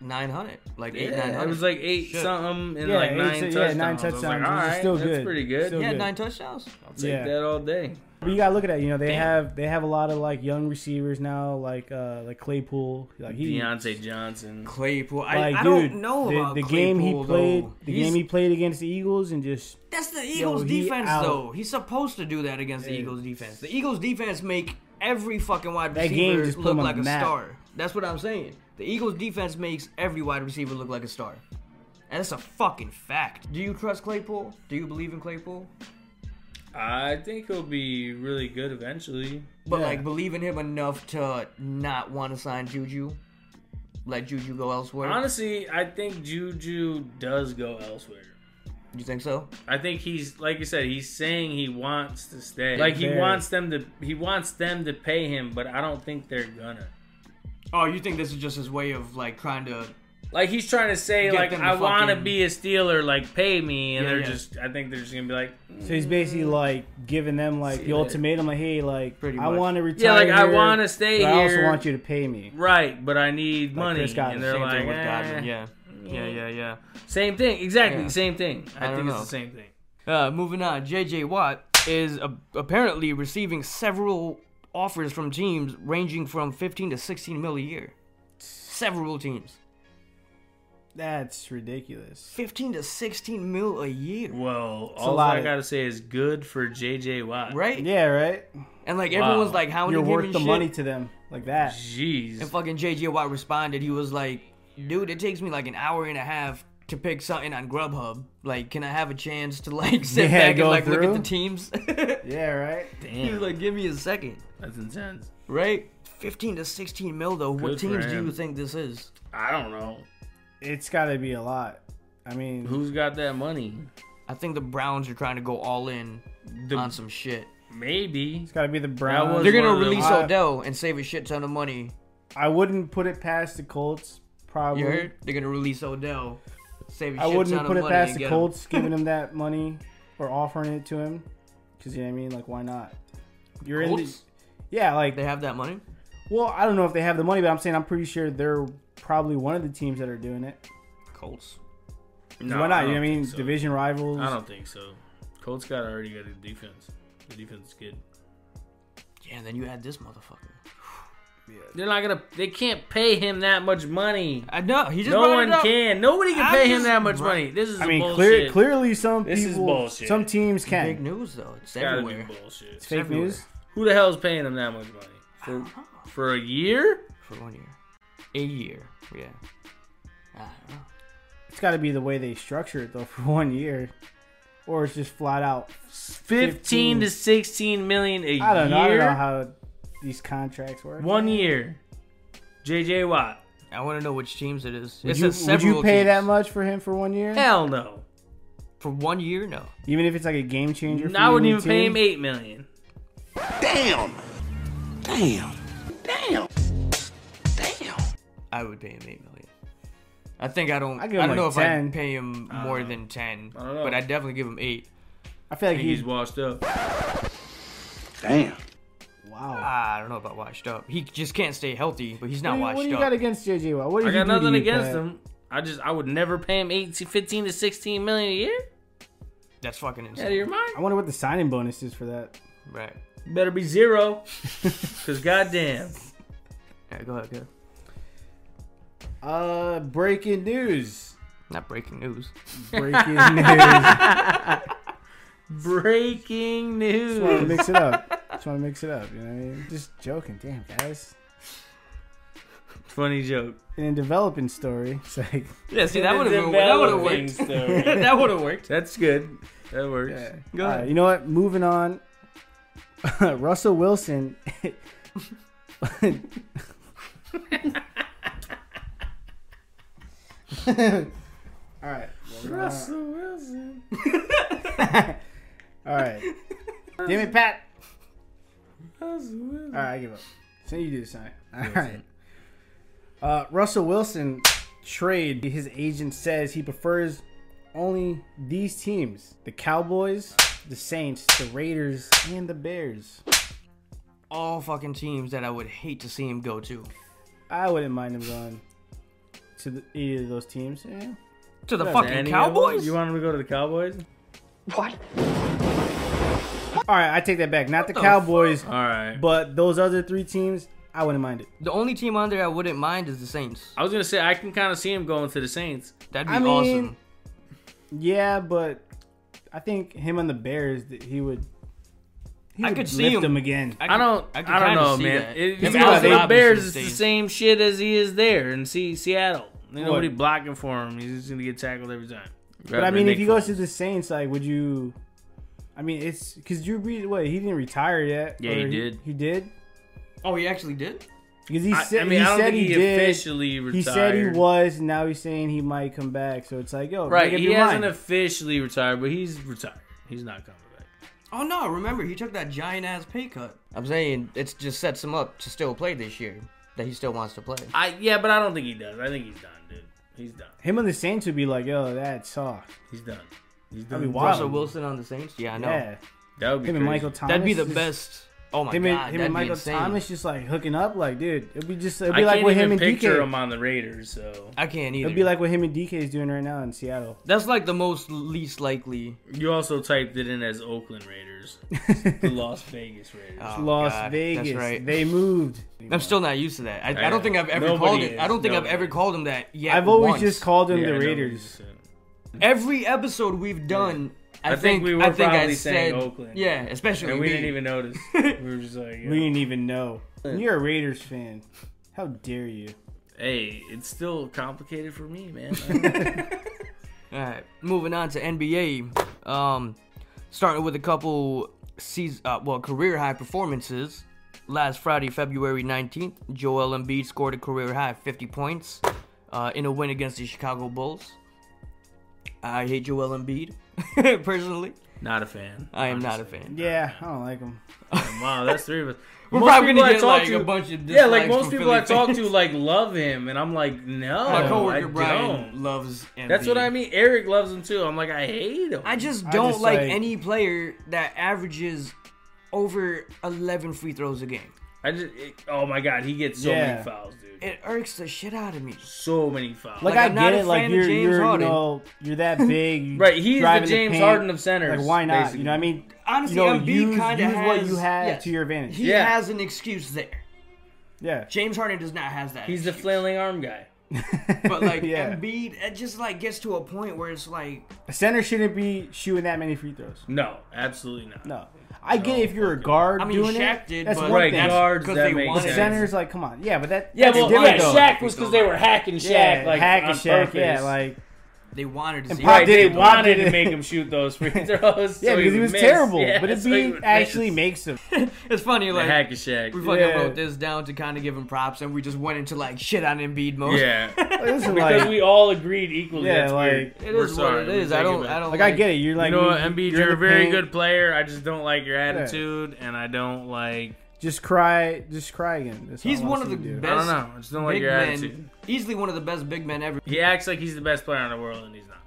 Speaker 1: 900. Like, eight,
Speaker 2: Yeah,
Speaker 1: 900.
Speaker 2: it was like eight
Speaker 1: Shit.
Speaker 2: something and
Speaker 3: Yeah,
Speaker 2: like
Speaker 3: eight
Speaker 2: nine
Speaker 3: to-
Speaker 2: touchdowns.
Speaker 3: yeah, nine
Speaker 2: I was like,
Speaker 3: touchdowns,
Speaker 2: all
Speaker 3: which is
Speaker 2: right,
Speaker 3: still
Speaker 2: that's
Speaker 3: good.
Speaker 2: pretty good.
Speaker 3: Still-
Speaker 1: He had
Speaker 3: good.
Speaker 1: nine touchdowns.
Speaker 2: I'll take
Speaker 3: Yeah.
Speaker 2: that all day.
Speaker 3: But you gotta look at that. You know, they
Speaker 1: Damn.
Speaker 3: have they have a lot of like young receivers now, like uh like Claypool. Like he,
Speaker 2: Deontay Johnson.
Speaker 1: Claypool. I,
Speaker 3: like
Speaker 1: I
Speaker 3: dude,
Speaker 1: don't know
Speaker 3: the,
Speaker 1: about
Speaker 3: the
Speaker 1: Claypool,
Speaker 3: game he played.
Speaker 1: Though.
Speaker 3: The
Speaker 1: He's-
Speaker 3: game he played against the Eagles and just
Speaker 1: That's the Eagles
Speaker 3: he
Speaker 1: defense,
Speaker 3: out.
Speaker 1: though. He's supposed to do that against the
Speaker 3: Yeah.
Speaker 1: Eagles defense. The Eagles defense make every fucking wide
Speaker 3: That
Speaker 1: receiver
Speaker 3: game just put
Speaker 1: look
Speaker 3: him on
Speaker 1: like
Speaker 3: the
Speaker 1: a
Speaker 3: map.
Speaker 1: star. That's what I'm saying. The Eagles defense makes every wide receiver look like a star. And that's a fucking fact. Do you trust Claypool? Do you believe in Claypool?
Speaker 2: I think he'll be really good eventually.
Speaker 1: But
Speaker 3: Yeah.
Speaker 1: like believe in him enough to not want to sign Juju. let Juju go elsewhere?
Speaker 2: Honestly, I think Juju does go elsewhere.
Speaker 1: you think so?
Speaker 2: I think he's like you said, he's saying he wants to stay. Like he
Speaker 3: Very.
Speaker 2: wants them to he wants them to pay him, but I don't think they're gonna.
Speaker 1: Oh, you think this is just his way of like trying to?
Speaker 2: Like he's trying to say
Speaker 1: Get
Speaker 2: like
Speaker 1: them to
Speaker 2: I want to
Speaker 1: fucking-
Speaker 2: be a Steeler, like pay me, and
Speaker 1: Yeah,
Speaker 2: they're
Speaker 1: yeah.
Speaker 2: just I think they're just gonna be like
Speaker 3: So he's basically like giving them like
Speaker 2: See
Speaker 3: the
Speaker 2: you later.
Speaker 3: ultimatum, like, hey, like
Speaker 1: Mm. Pretty
Speaker 3: I
Speaker 1: much.
Speaker 3: want to retire.
Speaker 2: yeah, like I
Speaker 3: here,
Speaker 2: want to stay
Speaker 3: but
Speaker 2: here.
Speaker 3: I also want you to pay me.
Speaker 2: right, but I need
Speaker 3: Like
Speaker 2: money,
Speaker 3: Chris Godwin,
Speaker 2: and they're
Speaker 3: same
Speaker 1: Same
Speaker 2: like
Speaker 1: thing with
Speaker 2: eh.
Speaker 1: Godwin. Yeah. Yeah, yeah, yeah.
Speaker 2: same thing exactly
Speaker 1: Yeah.
Speaker 2: same thing. I,
Speaker 1: I don't
Speaker 2: think
Speaker 1: know.
Speaker 2: it's the same thing.
Speaker 1: Uh, moving on, J.J. Watt is a- apparently receiving several offers from teams ranging from 15 to 16 mil a year. Several teams,
Speaker 3: That's ridiculous.
Speaker 1: 15 to 16 mil a year,
Speaker 2: Well, all
Speaker 3: lot
Speaker 2: I
Speaker 3: of-
Speaker 2: gotta say is good for JJ Watt.
Speaker 1: right?
Speaker 3: Yeah, right.
Speaker 1: And like
Speaker 2: Wow.
Speaker 1: everyone's like, "How
Speaker 3: You're
Speaker 1: you
Speaker 3: worth the
Speaker 1: shit?
Speaker 3: money to them like that.
Speaker 2: Jeez.
Speaker 1: And fucking J.J. Watt responded. He was like, "Dude, it takes me like an hour and a half to pick something on Grubhub. Like, can I have a chance to like sit
Speaker 3: Yeah,
Speaker 1: back and
Speaker 3: go
Speaker 1: like look at
Speaker 3: through?
Speaker 1: the teams?"
Speaker 3: Yeah, right.
Speaker 1: He was
Speaker 2: Damn,
Speaker 1: like, "Give me a second,
Speaker 2: that's intense.
Speaker 1: right?" 15 to 16 mil though.
Speaker 2: Good
Speaker 1: what
Speaker 2: for
Speaker 1: teams do
Speaker 2: him.
Speaker 1: you think this is?
Speaker 2: I don't know
Speaker 3: It's got to be a lot. I mean,
Speaker 2: who's got that money.
Speaker 1: I think the Browns are trying to go all in
Speaker 2: The-
Speaker 1: on some shit.
Speaker 2: Maybe.
Speaker 3: it's got to be the Browns.
Speaker 2: was-
Speaker 1: They're gonna
Speaker 2: one of them.
Speaker 1: release
Speaker 3: I-
Speaker 1: Odell and save a shit ton of money.
Speaker 3: I wouldn't put it past the Colts. Probably.
Speaker 1: You heard? They're gonna release Odell, save a
Speaker 3: I
Speaker 1: shit
Speaker 3: wouldn't
Speaker 1: ton
Speaker 3: put
Speaker 1: of
Speaker 3: it
Speaker 1: money.
Speaker 3: past
Speaker 1: and
Speaker 3: the
Speaker 1: get him.
Speaker 3: Colts giving him that money or offering it to him. Because you know what I mean. Like, why not? You're in. The,
Speaker 1: Colts?
Speaker 3: yeah, like
Speaker 1: They have that money.
Speaker 3: Well, I don't know if they have the money, but I'm saying I'm pretty sure they're probably one of the teams that are doing it.
Speaker 1: Colts.
Speaker 2: No,
Speaker 3: Why not?
Speaker 2: don't
Speaker 3: You know what I mean?
Speaker 2: think so.
Speaker 3: Division rivals.
Speaker 2: I don't think so. Colts got already got a defense. The defense is good.
Speaker 1: Yeah, and then you add this motherfucker.
Speaker 2: They're not gonna. They can't pay him that much money.
Speaker 1: I know. He just
Speaker 2: No
Speaker 1: brought it
Speaker 2: one
Speaker 1: up.
Speaker 2: can. Nobody can
Speaker 1: I'm
Speaker 2: pay him
Speaker 1: just-
Speaker 2: that much money. This is
Speaker 3: I mean,
Speaker 2: bullshit.
Speaker 3: clear, clearly some
Speaker 2: This is
Speaker 3: people,
Speaker 2: bullshit.
Speaker 3: some teams can.
Speaker 1: Big news though. It's
Speaker 2: Gotta be
Speaker 1: everywhere.
Speaker 2: bullshit.
Speaker 3: Fake
Speaker 1: everywhere.
Speaker 3: news.
Speaker 2: Who the hell's paying him that much money for for a year?
Speaker 1: For one year, a year. Yeah. I don't know.
Speaker 3: It's got to be the way they structure it though for one year, or it's just flat out.
Speaker 2: Fifteen to sixteen million a
Speaker 3: I don't know. I
Speaker 2: year.
Speaker 3: don't know how these contracts work.
Speaker 2: One year. JJ Watt.
Speaker 1: I want to know which teams it is.
Speaker 3: Would
Speaker 1: it
Speaker 3: you,
Speaker 1: says
Speaker 3: would you
Speaker 1: several
Speaker 3: pay
Speaker 1: teams.
Speaker 3: that much for him for one year?
Speaker 2: Hell no.
Speaker 1: for one year? No.
Speaker 3: Even if it's like a game changer. For
Speaker 2: I
Speaker 3: you
Speaker 2: wouldn't even
Speaker 3: and your
Speaker 2: pay him
Speaker 3: team?
Speaker 2: eight million.
Speaker 1: I would pay him eight million. I think I don't. I,
Speaker 3: I'd give him,
Speaker 1: don't know
Speaker 3: like,
Speaker 1: if
Speaker 3: 10.
Speaker 1: I'd pay him more than ten,
Speaker 2: I don't know.
Speaker 1: but I'd definitely give him eight.
Speaker 3: I feel like
Speaker 2: I think he's
Speaker 3: he's
Speaker 2: washed up.
Speaker 3: wow.
Speaker 1: Ah, I don't know about washed up. He just can't stay healthy, but he's not
Speaker 3: What do you-
Speaker 1: washed
Speaker 3: what do you
Speaker 1: up.
Speaker 3: got against JJ Watt? What do
Speaker 2: I
Speaker 3: you
Speaker 2: got
Speaker 3: do to
Speaker 2: nothing
Speaker 3: you,
Speaker 2: against
Speaker 3: Pat?
Speaker 2: him. I just I would never pay him 18, 15 to sixteen million a year.
Speaker 1: That's fucking
Speaker 2: Out of
Speaker 1: insane.
Speaker 2: your mind?
Speaker 3: I wonder what the signing bonus is for that.
Speaker 1: right.
Speaker 2: Better be zero. Cause goddamn.
Speaker 1: Yeah, go ahead. Go ahead.
Speaker 3: Uh, breaking news.
Speaker 1: Not breaking news.
Speaker 3: Breaking news.
Speaker 2: Breaking
Speaker 3: Just want to
Speaker 2: news.
Speaker 3: mix it up. Just want to mix it up. You know what I mean? Just joking. Damn, guys.
Speaker 2: Funny joke.
Speaker 3: In a developing story, it's like,
Speaker 1: Yeah, see, that would have that would have worked. that would have worked.
Speaker 2: That's good. That works.
Speaker 1: Go
Speaker 3: all
Speaker 1: ahead.
Speaker 3: right, you know what? Moving on. Russell Wilson. all right.
Speaker 2: Russell Wilson.
Speaker 3: All right. Damn it, Pat.
Speaker 2: Russell Wilson.
Speaker 3: All right, I give up. So you do the sign. All right. Uh, Russell Wilson trade. His agent says he prefers only these teams: the Cowboys, the Saints, the Raiders, and the Bears.
Speaker 1: All fucking teams that I would hate to see him go to.
Speaker 3: I wouldn't mind him going to the, either of those teams. Yeah.
Speaker 1: To the
Speaker 3: Yeah,
Speaker 1: fucking
Speaker 2: Any of them?
Speaker 1: Cowboys?
Speaker 2: You want him to go to the Cowboys?
Speaker 3: All right, I take that back. Not the,
Speaker 1: the
Speaker 3: Cowboys,
Speaker 2: All right.
Speaker 3: but those other three teams. I wouldn't mind it.
Speaker 1: the only team on there I wouldn't mind is the Saints.
Speaker 2: I was gonna say I can kind of see him going to the Saints.
Speaker 1: That'd be
Speaker 3: I mean-
Speaker 1: awesome.
Speaker 3: Yeah, but I think him and the Bears, that he would. He
Speaker 1: I
Speaker 3: would
Speaker 1: could
Speaker 3: lift
Speaker 1: see him-
Speaker 3: them again.
Speaker 2: I don't. I,
Speaker 1: could- could
Speaker 2: don't
Speaker 1: kinda
Speaker 2: know,
Speaker 1: see
Speaker 2: man.
Speaker 1: that.
Speaker 2: If
Speaker 1: If
Speaker 2: you go to
Speaker 3: Allen
Speaker 2: the
Speaker 1: Robinson
Speaker 2: Bears, it's the
Speaker 1: stays.
Speaker 2: same shit as he is there in see Seattle. Ain't
Speaker 3: What?
Speaker 2: nobody blocking for him. He's just gonna get tackled every time.
Speaker 3: But I mean, if he goes to the Saints, like, would you? I mean, it's because Drew Brees. What he didn't retire yet.
Speaker 2: Yeah, he
Speaker 3: or
Speaker 2: did.
Speaker 3: He did.
Speaker 1: Oh, he actually did?
Speaker 3: Because he
Speaker 2: I-
Speaker 3: said
Speaker 2: I mean,
Speaker 3: he
Speaker 2: I don't
Speaker 3: said
Speaker 2: think
Speaker 3: he,
Speaker 2: he
Speaker 3: did.
Speaker 2: officially
Speaker 3: He said he
Speaker 2: retired.
Speaker 3: was. and Now he's saying he might come back. So it's like, yo,
Speaker 2: Right,
Speaker 3: Make up
Speaker 2: he
Speaker 3: your
Speaker 2: hasn't
Speaker 3: mind.
Speaker 2: officially retired, but he's retired. He's not coming back.
Speaker 1: Oh no! Remember, he took that giant ass pay cut. I'm saying it just sets him up to still play this year. That he still wants to play.
Speaker 2: I yeah, but I don't think he does. I think he's done, dude. He's done.
Speaker 3: Him and the Saints would be like, yo, that sucks.
Speaker 2: He's done. He's done.
Speaker 3: That'd be
Speaker 1: Russell
Speaker 3: wild.
Speaker 1: Wilson on the Saints. Yeah, I know.
Speaker 3: yeah,
Speaker 2: That would be
Speaker 3: him and
Speaker 2: crazy.
Speaker 3: Michael Thomas.
Speaker 1: That'd be the
Speaker 3: just-
Speaker 1: best. Oh my
Speaker 3: Him and,
Speaker 1: god,
Speaker 3: him
Speaker 1: that'd
Speaker 3: and
Speaker 1: be
Speaker 3: Michael
Speaker 1: insane.
Speaker 3: Thomas just like hooking up, like dude. It'd be just. It'd
Speaker 2: I
Speaker 3: be like
Speaker 2: can't
Speaker 3: with
Speaker 2: even
Speaker 3: him and
Speaker 2: picture
Speaker 3: DK.
Speaker 2: him on the Raiders. So
Speaker 1: I can't either.
Speaker 3: It'd be like what him and DK is doing right now in Seattle.
Speaker 1: That's like the most least likely.
Speaker 2: you also typed it in as Oakland Raiders, the Las Vegas Raiders.
Speaker 1: Oh,
Speaker 3: Las
Speaker 1: God,
Speaker 3: Vegas.
Speaker 1: That's right.
Speaker 3: They moved.
Speaker 1: I'm still not used to that. I, I,
Speaker 2: I
Speaker 1: don't think
Speaker 2: know.
Speaker 1: I've ever
Speaker 2: Nobody
Speaker 1: called it. I
Speaker 2: is.
Speaker 1: don't think I've
Speaker 2: Nobody
Speaker 1: ever
Speaker 2: is.
Speaker 1: called them that yet.
Speaker 3: I've always
Speaker 1: once.
Speaker 3: just called them
Speaker 2: Yeah,
Speaker 3: the
Speaker 2: no,
Speaker 3: Raiders.
Speaker 2: he's, uh,
Speaker 1: every episode we've done. I,
Speaker 2: I
Speaker 1: think,
Speaker 2: think we were
Speaker 1: I think I
Speaker 2: probably
Speaker 1: said,
Speaker 2: saying Oakland.
Speaker 1: Yeah, especially
Speaker 2: And we
Speaker 1: me.
Speaker 2: didn't even notice. we were just like,
Speaker 3: We
Speaker 2: yeah.
Speaker 3: didn't even know. You're a Raiders fan. How dare you?
Speaker 2: hey, it's still complicated for me, man. I don't know.
Speaker 1: All right, moving on to NBA. Um, starting with a couple season, uh, well, career high performances. Last Friday, February 19th, Joel Embiid scored a career high 50 points uh, in a win against the Chicago Bulls. I hate Joel Embiid personally.
Speaker 2: not a fan.
Speaker 1: I am not a
Speaker 2: honestly.
Speaker 1: fan.
Speaker 3: Yeah, I don't like them.
Speaker 2: Wow, that's three of us.
Speaker 1: We're
Speaker 2: Most
Speaker 1: probably
Speaker 2: people
Speaker 1: gonna
Speaker 2: I
Speaker 1: get,
Speaker 2: talk
Speaker 1: like, a bunch of
Speaker 2: yeah, like
Speaker 1: dislikes
Speaker 2: most
Speaker 1: from
Speaker 2: people
Speaker 1: Philly
Speaker 2: I talk to
Speaker 1: fans.
Speaker 2: like love him, and I'm like, no,
Speaker 1: My
Speaker 2: I
Speaker 1: coworker
Speaker 2: don't.
Speaker 1: Brian loves Embiid.
Speaker 2: That's what I mean. Eric loves him too. I'm like, I hate him.
Speaker 1: I just
Speaker 3: I
Speaker 1: don't
Speaker 3: just
Speaker 1: like
Speaker 3: like-
Speaker 1: any player that averages over 11 free throws a game.
Speaker 2: I just, it, oh my god, he gets so
Speaker 3: Yeah.
Speaker 2: many fouls, dude.
Speaker 1: It irks the shit out of me.
Speaker 2: So many fouls.
Speaker 3: Like,
Speaker 1: Like,
Speaker 3: I
Speaker 1: I'm not
Speaker 3: get
Speaker 1: a
Speaker 3: it. Like
Speaker 1: fan of
Speaker 3: you're,
Speaker 1: James
Speaker 3: you're, you
Speaker 1: Harden.
Speaker 3: know, you're that big. you
Speaker 2: Right, he's the
Speaker 3: drive in
Speaker 2: James
Speaker 3: paint.
Speaker 2: Harden of centers,
Speaker 3: Like, why not?
Speaker 2: basically.
Speaker 3: You know, what I mean,
Speaker 1: Honestly,
Speaker 3: you know,
Speaker 1: Embiid
Speaker 3: use,
Speaker 1: kind of
Speaker 3: use
Speaker 1: has
Speaker 3: what you have
Speaker 1: yes.
Speaker 3: to your advantage.
Speaker 1: He
Speaker 2: Yeah.
Speaker 1: has an excuse there.
Speaker 3: yeah,
Speaker 1: James Harden does not has that.
Speaker 2: He's the
Speaker 1: excuse.
Speaker 2: flailing arm guy.
Speaker 1: But like
Speaker 3: yeah,
Speaker 1: Embiid, it just like gets to a point where it's like
Speaker 3: a center shouldn't be shooting that many free throws.
Speaker 2: No, absolutely not.
Speaker 3: No, I get it if you're a guard
Speaker 1: I mean,
Speaker 3: doing
Speaker 1: Shaq
Speaker 3: it.
Speaker 1: did,
Speaker 3: that's
Speaker 1: but
Speaker 3: one
Speaker 2: Right,
Speaker 3: thing.
Speaker 2: guard-
Speaker 1: guards
Speaker 2: that
Speaker 1: they
Speaker 2: makes
Speaker 1: wanted.
Speaker 2: sense.
Speaker 1: Centers,
Speaker 3: Centers, like, come on, yeah, but that
Speaker 2: Yeah,
Speaker 3: that's
Speaker 2: well,
Speaker 3: different
Speaker 2: yeah,
Speaker 1: though.
Speaker 2: Shaq was because they were hacking Shaq,
Speaker 3: yeah,
Speaker 2: like
Speaker 3: hack
Speaker 2: on
Speaker 3: and Shaq,
Speaker 2: purpose.
Speaker 3: yeah, like
Speaker 1: they wanted to see.
Speaker 3: Pop
Speaker 2: right,
Speaker 3: did
Speaker 2: they
Speaker 3: it, Pop
Speaker 2: wanted
Speaker 3: did it.
Speaker 2: to make him shoot those free throws.
Speaker 3: yeah,
Speaker 2: so
Speaker 3: because
Speaker 2: would
Speaker 3: he was
Speaker 2: miss.
Speaker 3: terrible.
Speaker 2: Yeah,
Speaker 3: but
Speaker 2: so he
Speaker 3: Embiid
Speaker 2: would
Speaker 3: actually
Speaker 2: miss.
Speaker 3: makes him.
Speaker 1: It's funny,
Speaker 2: the
Speaker 1: like
Speaker 2: hack and Shaq.
Speaker 1: we fucking
Speaker 3: Yeah.
Speaker 1: wrote this down to kind of give him props, and we just went into like shit on Embiid mode.
Speaker 2: Yeah,
Speaker 3: Listen,
Speaker 2: because
Speaker 3: like,
Speaker 2: we all agreed equally.
Speaker 3: Yeah,
Speaker 2: that's weird.
Speaker 1: It
Speaker 2: We're
Speaker 1: is what
Speaker 2: sorry.
Speaker 1: it
Speaker 2: We
Speaker 1: is. I
Speaker 2: take
Speaker 1: don't.
Speaker 2: back.
Speaker 1: I don't.
Speaker 3: like I get it. You're like,
Speaker 2: You know what,
Speaker 3: you-
Speaker 2: Embiid,
Speaker 3: you're in
Speaker 2: you're a
Speaker 3: the
Speaker 2: very
Speaker 3: paint.
Speaker 2: good player. I just don't like your attitude, and I don't like.
Speaker 3: Just cry, just cry again. That's all
Speaker 1: He's
Speaker 3: I wanna
Speaker 1: one of
Speaker 3: see
Speaker 1: the
Speaker 3: you do.
Speaker 1: best
Speaker 2: I don't know. I just don't like
Speaker 1: Big
Speaker 2: your attitude.
Speaker 1: men, easily one of the best big men ever.
Speaker 2: He acts like he's the best player in the world, and he's not.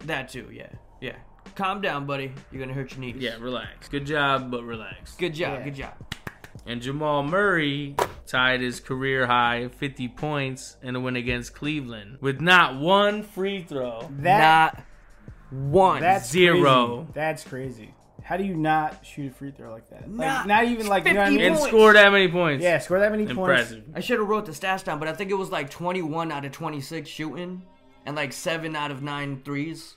Speaker 1: That too. Yeah. Yeah. Calm down, buddy. You're gonna hurt your knees.
Speaker 2: Yeah, relax. Good job, but relax.
Speaker 1: Good job.
Speaker 3: Yeah.
Speaker 1: Good job.
Speaker 2: And Jamal Murray tied his career high 50 points in a win against Cleveland with not one free throw.
Speaker 3: That
Speaker 1: Not one.
Speaker 3: that's
Speaker 2: zero.
Speaker 3: crazy. That's crazy. How do you not shoot a free throw like that? Like,
Speaker 1: Not
Speaker 3: not, even like you know what I
Speaker 1: 50
Speaker 3: mean?
Speaker 2: And
Speaker 1: points.
Speaker 2: score that many points.
Speaker 3: Yeah, score that many points.
Speaker 2: Impressive.
Speaker 1: I should have wrote the stats down, but I think it was like 21 out of 26 shooting and like seven out of nine threes.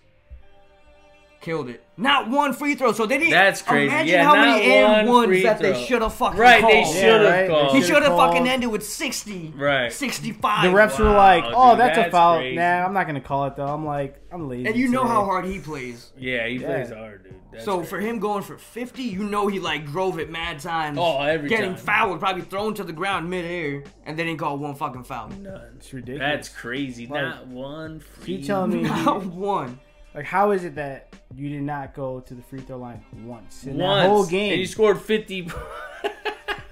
Speaker 1: Killed it. Not one free throw. So they didn't.
Speaker 2: That's crazy.
Speaker 1: Imagine
Speaker 2: Yeah,
Speaker 1: how
Speaker 2: not
Speaker 1: many and
Speaker 2: one
Speaker 1: ones
Speaker 2: free
Speaker 1: that they
Speaker 2: throw.
Speaker 1: should have fucking
Speaker 2: Right,
Speaker 1: called.
Speaker 2: they
Speaker 3: Yeah,
Speaker 2: should have
Speaker 3: right, they
Speaker 2: called.
Speaker 1: He
Speaker 3: should've
Speaker 1: should have
Speaker 3: called.
Speaker 1: fucking ended with 60.
Speaker 2: Right.
Speaker 1: 65.
Speaker 3: The refs were
Speaker 2: Wow,
Speaker 3: like, "Oh,
Speaker 2: dude,
Speaker 3: that's, a
Speaker 2: that's
Speaker 3: foul."
Speaker 2: crazy.
Speaker 3: Nah, I'm not gonna call it though. I'm like, I'm lazy.
Speaker 1: And you know
Speaker 3: today.
Speaker 1: how hard he plays.
Speaker 2: Yeah, he
Speaker 3: Yeah.
Speaker 2: plays hard, dude. That's
Speaker 1: so
Speaker 2: crazy.
Speaker 1: for him going for 50, you know he like drove it mad times.
Speaker 2: Oh, every
Speaker 1: Getting
Speaker 2: time.
Speaker 1: fouled, probably thrown to the ground midair, and they didn't call one fucking foul.
Speaker 2: None.
Speaker 3: It's ridiculous.
Speaker 2: That's crazy. Not one free
Speaker 3: You telling me
Speaker 1: Not one.
Speaker 3: like how is it that you did not go to the free throw line once in
Speaker 2: once.
Speaker 3: that whole game?
Speaker 2: And he scored 50. po-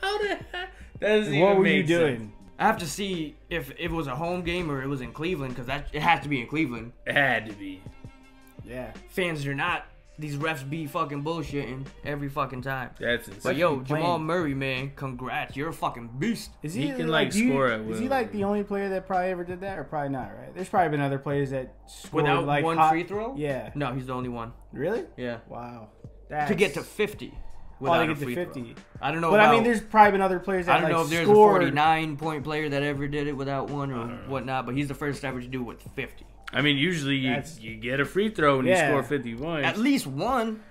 Speaker 2: How the heck? That doesn't
Speaker 3: what
Speaker 2: even
Speaker 3: were you
Speaker 2: make sense.
Speaker 3: doing?
Speaker 1: I have to see if, if it was a home game or it was in Cleveland because that it has to be in Cleveland.
Speaker 2: It had to be.
Speaker 3: Yeah,
Speaker 1: Fans or not, these refs be fucking bullshitting every fucking time.
Speaker 2: That's insane.
Speaker 1: But yo,
Speaker 3: Playing.
Speaker 1: Jamal Murray, man, congrats. You're a fucking beast.
Speaker 3: is
Speaker 2: He
Speaker 3: he,
Speaker 2: can, like,
Speaker 3: do you-
Speaker 2: score at
Speaker 3: Is he
Speaker 2: will.
Speaker 3: like the only player that probably ever did that, or probably not? Right? There's probably been other players that scored
Speaker 1: Without
Speaker 3: like
Speaker 1: one
Speaker 3: hot-
Speaker 1: free throw?
Speaker 3: Yeah.
Speaker 1: No, he's the only one.
Speaker 3: Really?
Speaker 1: Yeah.
Speaker 3: Wow. That's...
Speaker 1: To get to 50
Speaker 3: oh,
Speaker 1: without
Speaker 3: they
Speaker 1: a
Speaker 3: get
Speaker 1: free
Speaker 3: to
Speaker 1: throw.
Speaker 3: 50.
Speaker 1: I don't know.
Speaker 3: But
Speaker 1: about,
Speaker 3: I mean, there's probably been other players that
Speaker 1: I don't
Speaker 3: like
Speaker 1: know if there's
Speaker 3: scored.
Speaker 1: a 49 point player that ever did it without one or whatnot, but he's the first ever to do it with 50.
Speaker 2: I mean, usually you,
Speaker 3: That's-
Speaker 2: you get a free throw and
Speaker 3: Yeah.
Speaker 2: you score 50 points.
Speaker 1: At least one.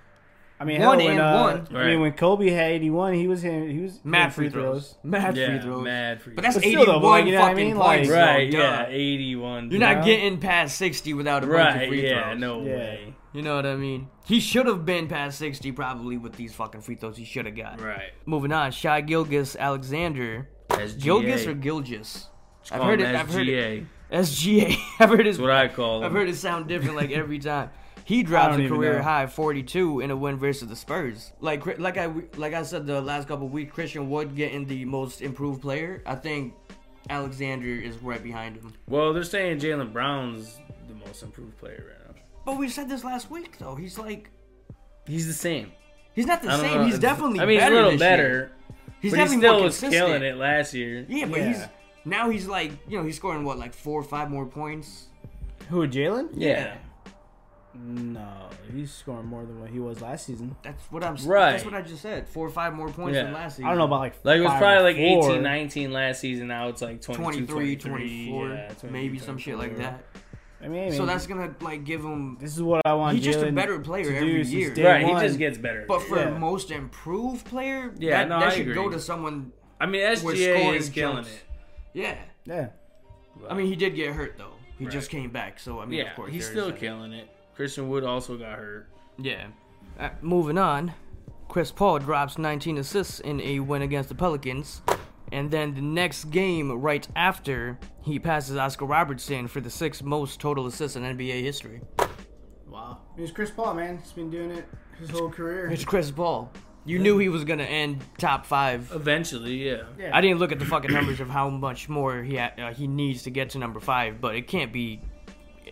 Speaker 3: I mean,
Speaker 1: One
Speaker 3: hell, when,
Speaker 1: and
Speaker 3: uh,
Speaker 1: one.
Speaker 3: I
Speaker 2: Right.
Speaker 3: mean, when Kobe had 81, he was hitting, he was hitting
Speaker 1: Mad free throws. Mad
Speaker 2: yeah,
Speaker 1: free throws.
Speaker 2: mad free
Speaker 1: But that's
Speaker 3: But still,
Speaker 1: 81
Speaker 3: though, but like, you know what I
Speaker 1: fucking
Speaker 3: mean? Like-
Speaker 1: points.
Speaker 2: throws. right.
Speaker 1: though,
Speaker 2: yeah,
Speaker 1: duh.
Speaker 2: 81.
Speaker 1: You're
Speaker 3: You
Speaker 1: not
Speaker 3: know?
Speaker 1: getting past 60 without a bunch of
Speaker 2: right.
Speaker 1: free
Speaker 2: Yeah,
Speaker 1: throws.
Speaker 2: no
Speaker 3: Yeah.
Speaker 2: way.
Speaker 1: You know what I mean? He should have been past 60 probably with these fucking free throws he should have got.
Speaker 2: Right.
Speaker 1: Moving on, Shy Gilgis Alexander
Speaker 2: SGA.
Speaker 1: Gilgis or Gilgis? I've
Speaker 2: Call
Speaker 1: heard
Speaker 2: him
Speaker 1: it. I've heard it.
Speaker 2: SGA.
Speaker 1: SGA. I've heard his.
Speaker 2: That's what I call him.
Speaker 1: I've heard it sound different like every time. He drops
Speaker 3: don't
Speaker 1: a
Speaker 3: even
Speaker 1: career
Speaker 3: know.
Speaker 1: high 42 in a win versus the Spurs. Like like I like I said the last couple weeks, Christian Wood getting the most improved player. I think Alexander is right behind him.
Speaker 2: Well, they're saying Jalen Brown's the most improved player right now.
Speaker 1: But we said this last week though. He's like
Speaker 2: He's the same.
Speaker 1: he's not the
Speaker 2: I don't
Speaker 1: same.
Speaker 2: know.
Speaker 1: He's
Speaker 2: It's-
Speaker 1: definitely
Speaker 2: I mean,
Speaker 1: better
Speaker 2: he's a little
Speaker 1: this
Speaker 2: better,
Speaker 1: year. He's
Speaker 2: but he
Speaker 1: definitely
Speaker 2: still
Speaker 1: more
Speaker 2: was
Speaker 1: consistent.
Speaker 2: killing it last year.
Speaker 1: Yeah, but he's
Speaker 3: Yeah.
Speaker 1: now he's like you know he's scoring what like four or five more points.
Speaker 3: Who, Jalen?
Speaker 2: Yeah.
Speaker 3: No, he's scoring more than what he was last season.
Speaker 1: That's what I'm.
Speaker 2: Right.
Speaker 1: That's what I just said. Four or five more points than
Speaker 2: Yeah.
Speaker 1: last season.
Speaker 3: I don't know about like
Speaker 2: Like it was
Speaker 3: five or
Speaker 2: probably like
Speaker 3: four.
Speaker 2: 18, 19 last season. Now it's like 22,
Speaker 1: 23,
Speaker 2: 23,
Speaker 1: 24,
Speaker 2: yeah, 23,
Speaker 1: maybe some shit like
Speaker 2: 24.
Speaker 1: that.
Speaker 3: I mean,
Speaker 1: So that's gonna like give him.
Speaker 3: this is what I want.
Speaker 1: He's just a
Speaker 3: Jalen
Speaker 1: better player
Speaker 3: to do
Speaker 1: every
Speaker 3: since
Speaker 1: year.
Speaker 3: day
Speaker 2: Right,
Speaker 3: one.
Speaker 2: he just gets better.
Speaker 1: But for
Speaker 3: Yeah.
Speaker 1: most improved player,
Speaker 2: Yeah,
Speaker 1: that,
Speaker 2: no,
Speaker 1: that
Speaker 2: I
Speaker 1: should go
Speaker 2: agree.
Speaker 1: to someone.
Speaker 2: I mean,
Speaker 1: We're
Speaker 2: SGA
Speaker 1: scoring
Speaker 2: is killing
Speaker 1: jumps.
Speaker 2: it.
Speaker 1: Yeah,
Speaker 3: Yeah,
Speaker 1: I mean he did get hurt though. He
Speaker 2: Right.
Speaker 1: just came back, so I mean
Speaker 2: yeah,
Speaker 1: of course
Speaker 2: he's
Speaker 1: there is
Speaker 2: still
Speaker 1: that.
Speaker 2: killing it. Christian Wood also got hurt.
Speaker 1: Yeah. Uh, moving on, Chris Paul drops 19 assists in a win against the Pelicans. And then the next game, right after, he passes Oscar Robertson for the sixth most total assists in NBA history.
Speaker 3: wow. He's Chris Paul, man. He's been doing it his whole career.
Speaker 1: It's Chris Paul. You knew he was going to end top five.
Speaker 2: Eventually, yeah.
Speaker 1: I didn't look at the fucking numbers of how much more he ha- uh, he needs to get to number five, but it can't be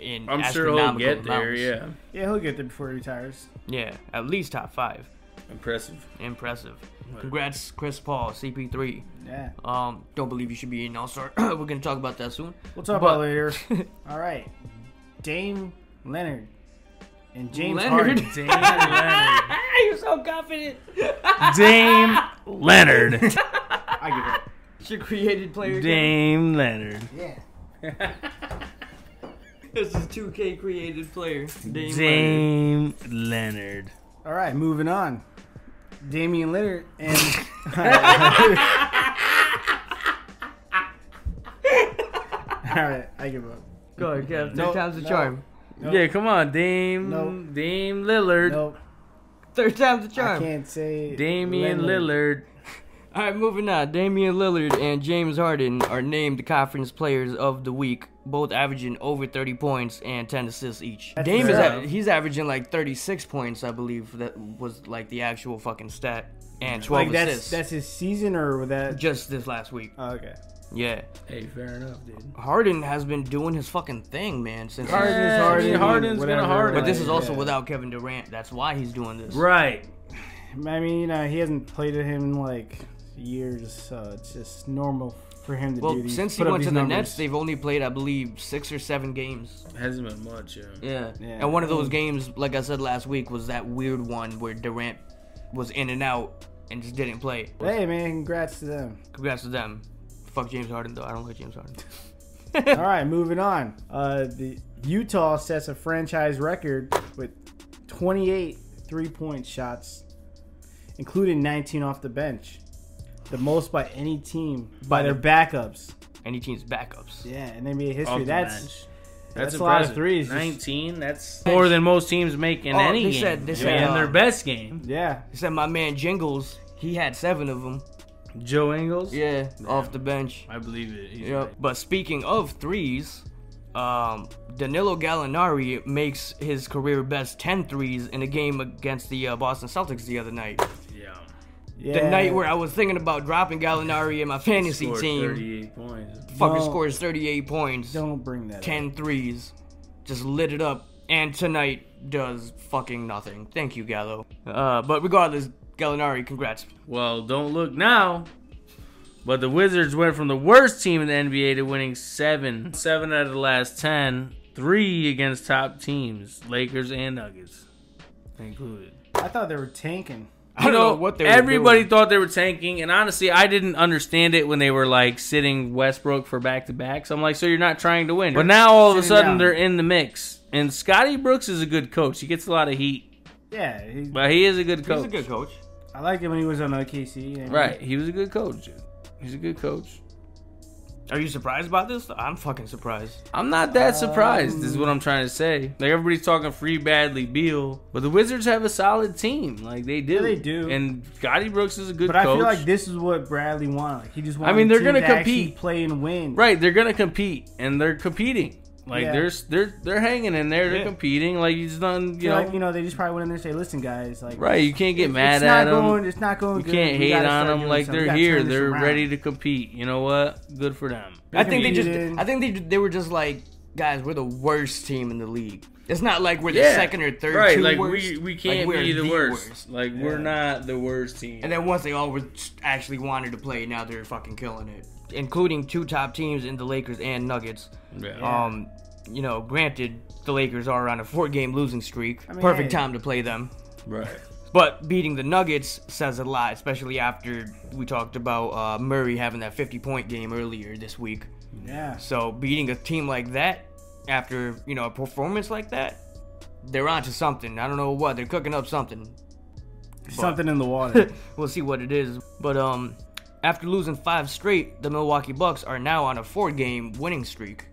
Speaker 1: in
Speaker 2: I'm sure
Speaker 1: astronomical
Speaker 2: he'll get there,
Speaker 1: amounts.
Speaker 2: yeah.
Speaker 3: Yeah, he'll get there before he retires.
Speaker 1: yeah, at least top five.
Speaker 2: Impressive.
Speaker 1: Impressive. Congrats, Chris Paul, CP3.
Speaker 3: Yeah,
Speaker 1: Um, don't believe you should be an all star. We're gonna talk about that soon.
Speaker 3: we'll talk
Speaker 1: But-
Speaker 3: about it later. All right, Dame Leonard and James
Speaker 1: Leonard?
Speaker 3: Harden.
Speaker 2: Dame Leonard.
Speaker 1: You're so confident.
Speaker 2: Dame Leonard.
Speaker 3: I give up.
Speaker 1: She created player.
Speaker 2: Dame Leonard.
Speaker 3: Yeah.
Speaker 1: This is 2K created player. Dame. Leonard.
Speaker 2: Dame Leonard.
Speaker 3: All right, moving on. Damian Leonard and All right, I give up.
Speaker 1: Go ahead, Kev. Third
Speaker 3: No,
Speaker 1: time's a
Speaker 3: no.
Speaker 1: charm.
Speaker 2: Yeah, come on, Dame.
Speaker 3: Nope.
Speaker 2: Dame Lillard.
Speaker 3: Nope,
Speaker 1: Third time's a
Speaker 3: I
Speaker 1: charm.
Speaker 3: can't say
Speaker 2: Damian Lillard.
Speaker 3: Leonard.
Speaker 1: All right, moving on. Damian Lillard and James Harden are named conference players of the week, both averaging over 30 points and 10 assists each.
Speaker 3: That's
Speaker 1: Dame is
Speaker 3: fair.
Speaker 1: at, he's averaging like 36 points, I believe. That was like the actual fucking stat, and 12
Speaker 3: Like that's
Speaker 1: assists.
Speaker 3: that's his season or with that?
Speaker 1: just this last week.
Speaker 3: oh, okay.
Speaker 1: Yeah.
Speaker 2: Hey, fair enough, dude.
Speaker 1: Harden has been doing his fucking thing, man, since
Speaker 3: Harden is
Speaker 2: I
Speaker 3: Harden.
Speaker 2: mean, Harden's
Speaker 3: whatever,
Speaker 2: gonna Harden.
Speaker 1: But this is also
Speaker 3: yeah.
Speaker 1: without Kevin Durant. That's why he's doing this.
Speaker 2: Right.
Speaker 3: I mean, you know, he hasn't played with him in like years, so it's just normal for him to do
Speaker 1: Well,
Speaker 3: these.
Speaker 1: since he
Speaker 3: put up
Speaker 1: went to
Speaker 3: these
Speaker 1: the
Speaker 3: numbers.
Speaker 1: Nets, they've only played, I believe, six or seven games.
Speaker 2: Hasn't been much, yeah.
Speaker 1: Yeah.
Speaker 3: Yeah.
Speaker 1: And one of those games, like I said last week, was that weird one where Durant was in and out and just didn't play.
Speaker 3: Hey man, congrats to them.
Speaker 1: Congrats to them. Fuck James Harden though. I don't like James Harden.
Speaker 3: All right, moving on. Uh, the Utah sets a franchise record with 28 three-point shots, including 19 off the bench, the most by any team by their backups.
Speaker 1: Any team's backups.
Speaker 3: Yeah, in NBA
Speaker 2: Off
Speaker 3: history,
Speaker 2: the
Speaker 3: that's
Speaker 2: bench.
Speaker 3: that's a lot of
Speaker 2: impressive.
Speaker 3: threes.
Speaker 2: 19. That's more than most teams make in
Speaker 1: Oh,
Speaker 2: any
Speaker 1: they
Speaker 2: game.
Speaker 1: said- they
Speaker 2: I
Speaker 1: said,
Speaker 2: mean,
Speaker 1: uh,
Speaker 2: in their best game.
Speaker 3: yeah.
Speaker 1: Except my man Jingles, he had seven of them.
Speaker 2: Joe Ingles.
Speaker 1: Yeah, off the bench.
Speaker 2: I believe it. He's
Speaker 1: Yep. But speaking of threes, um, Danilo Gallinari makes his career best 10 threes in a game against the uh, Boston Celtics the other night.
Speaker 2: Yeah.
Speaker 3: yeah.
Speaker 1: The night where I was thinking about dropping Gallinari in my fantasy
Speaker 2: Scored
Speaker 1: team.
Speaker 2: 38 points.
Speaker 1: Fucker
Speaker 3: No.
Speaker 1: scores 38 points,
Speaker 3: don't bring that. up.
Speaker 1: 10 threes, just lit it up, and tonight does fucking nothing. Thank you, Gallo. Uh, but regardless, Gallinari, congrats.
Speaker 2: Well, don't look now. But the Wizards went from the worst team in the NBA to winning seven, seven out of the last ten, three against top teams, Lakers and Nuggets included.
Speaker 3: I thought they were tanking.
Speaker 1: I don't know, what they were
Speaker 2: Everybody
Speaker 1: doing.
Speaker 2: thought they were tanking, and honestly, I didn't understand it when they were like sitting Westbrook for back to backs. I'm like, so you're not trying to win. But now all of a
Speaker 3: Sitting
Speaker 2: sudden
Speaker 3: down.
Speaker 2: they're in the mix. And Scotty Brooks is a good coach. He gets a lot of heat,
Speaker 3: Yeah, he,
Speaker 2: but he is a good coach.
Speaker 1: He's a good coach.
Speaker 3: I liked it when he was on OKC. and-
Speaker 2: Right. He was a good coach. dude. He's a good coach.
Speaker 1: Are you surprised about this? I'm fucking surprised.
Speaker 2: I'm not that surprised, is what I'm trying to say. Like everybody's talking free Badley Beal, but the Wizards have a solid team. Like they do.
Speaker 3: they do.
Speaker 2: And Scotty Brooks is a good
Speaker 3: But
Speaker 2: coach.
Speaker 3: I feel like this is what Bradley wanted. Like, he just wanted.
Speaker 2: mean, they're
Speaker 3: a
Speaker 2: gonna
Speaker 3: team to actually
Speaker 2: compete.
Speaker 3: play and win.
Speaker 2: right, they're gonna compete and they're competing. Like
Speaker 3: Yeah.
Speaker 2: they're they're they're hanging in there, they're
Speaker 1: Yeah.
Speaker 2: competing. Like you just done you
Speaker 3: You
Speaker 2: know,
Speaker 3: like you know, they just probably went in there and say, "Listen, guys, like
Speaker 2: Right, you can't get
Speaker 3: it's-
Speaker 2: mad
Speaker 3: it's
Speaker 2: at
Speaker 3: not
Speaker 2: them.
Speaker 3: Going, it's not going.
Speaker 2: you
Speaker 3: good.
Speaker 2: can't
Speaker 3: We
Speaker 2: hate
Speaker 3: gotta
Speaker 2: on
Speaker 3: start
Speaker 2: them
Speaker 3: doing
Speaker 2: like
Speaker 3: something. We
Speaker 2: they're
Speaker 3: gotta
Speaker 2: here.
Speaker 3: turn this
Speaker 2: They're
Speaker 3: around.
Speaker 2: ready to compete. You know what? Good for them.
Speaker 1: I think they just.
Speaker 3: competed.
Speaker 1: I think they they were just like, guys, we're the worst team in the league. It's not like we're the
Speaker 2: Yeah.
Speaker 1: second or third.
Speaker 2: Right,
Speaker 1: two
Speaker 2: like
Speaker 1: worst.
Speaker 2: we we can't
Speaker 1: we're
Speaker 2: be the, worst.
Speaker 1: worst.
Speaker 2: Like we're not the worst team.
Speaker 1: And then once they all were actually wanted to play, now they're fucking killing it, including two top teams in the Lakers and Nuggets.
Speaker 2: yeah.
Speaker 1: Um, you know, granted, the Lakers are on a four-game losing streak.
Speaker 3: mean,
Speaker 1: Perfect
Speaker 3: hey.
Speaker 1: time to play them.
Speaker 2: right.
Speaker 1: But beating the Nuggets says a lot, especially after we talked about uh, Murray having that 50-point game earlier this week.
Speaker 3: Yeah.
Speaker 1: So beating a team like that after you know a performance like that, they're onto something. I don't know what they're cooking up something.
Speaker 3: Something in the water.
Speaker 1: We'll see what it is. But um, after losing five straight, the Milwaukee Bucks are now on a four-game winning streak.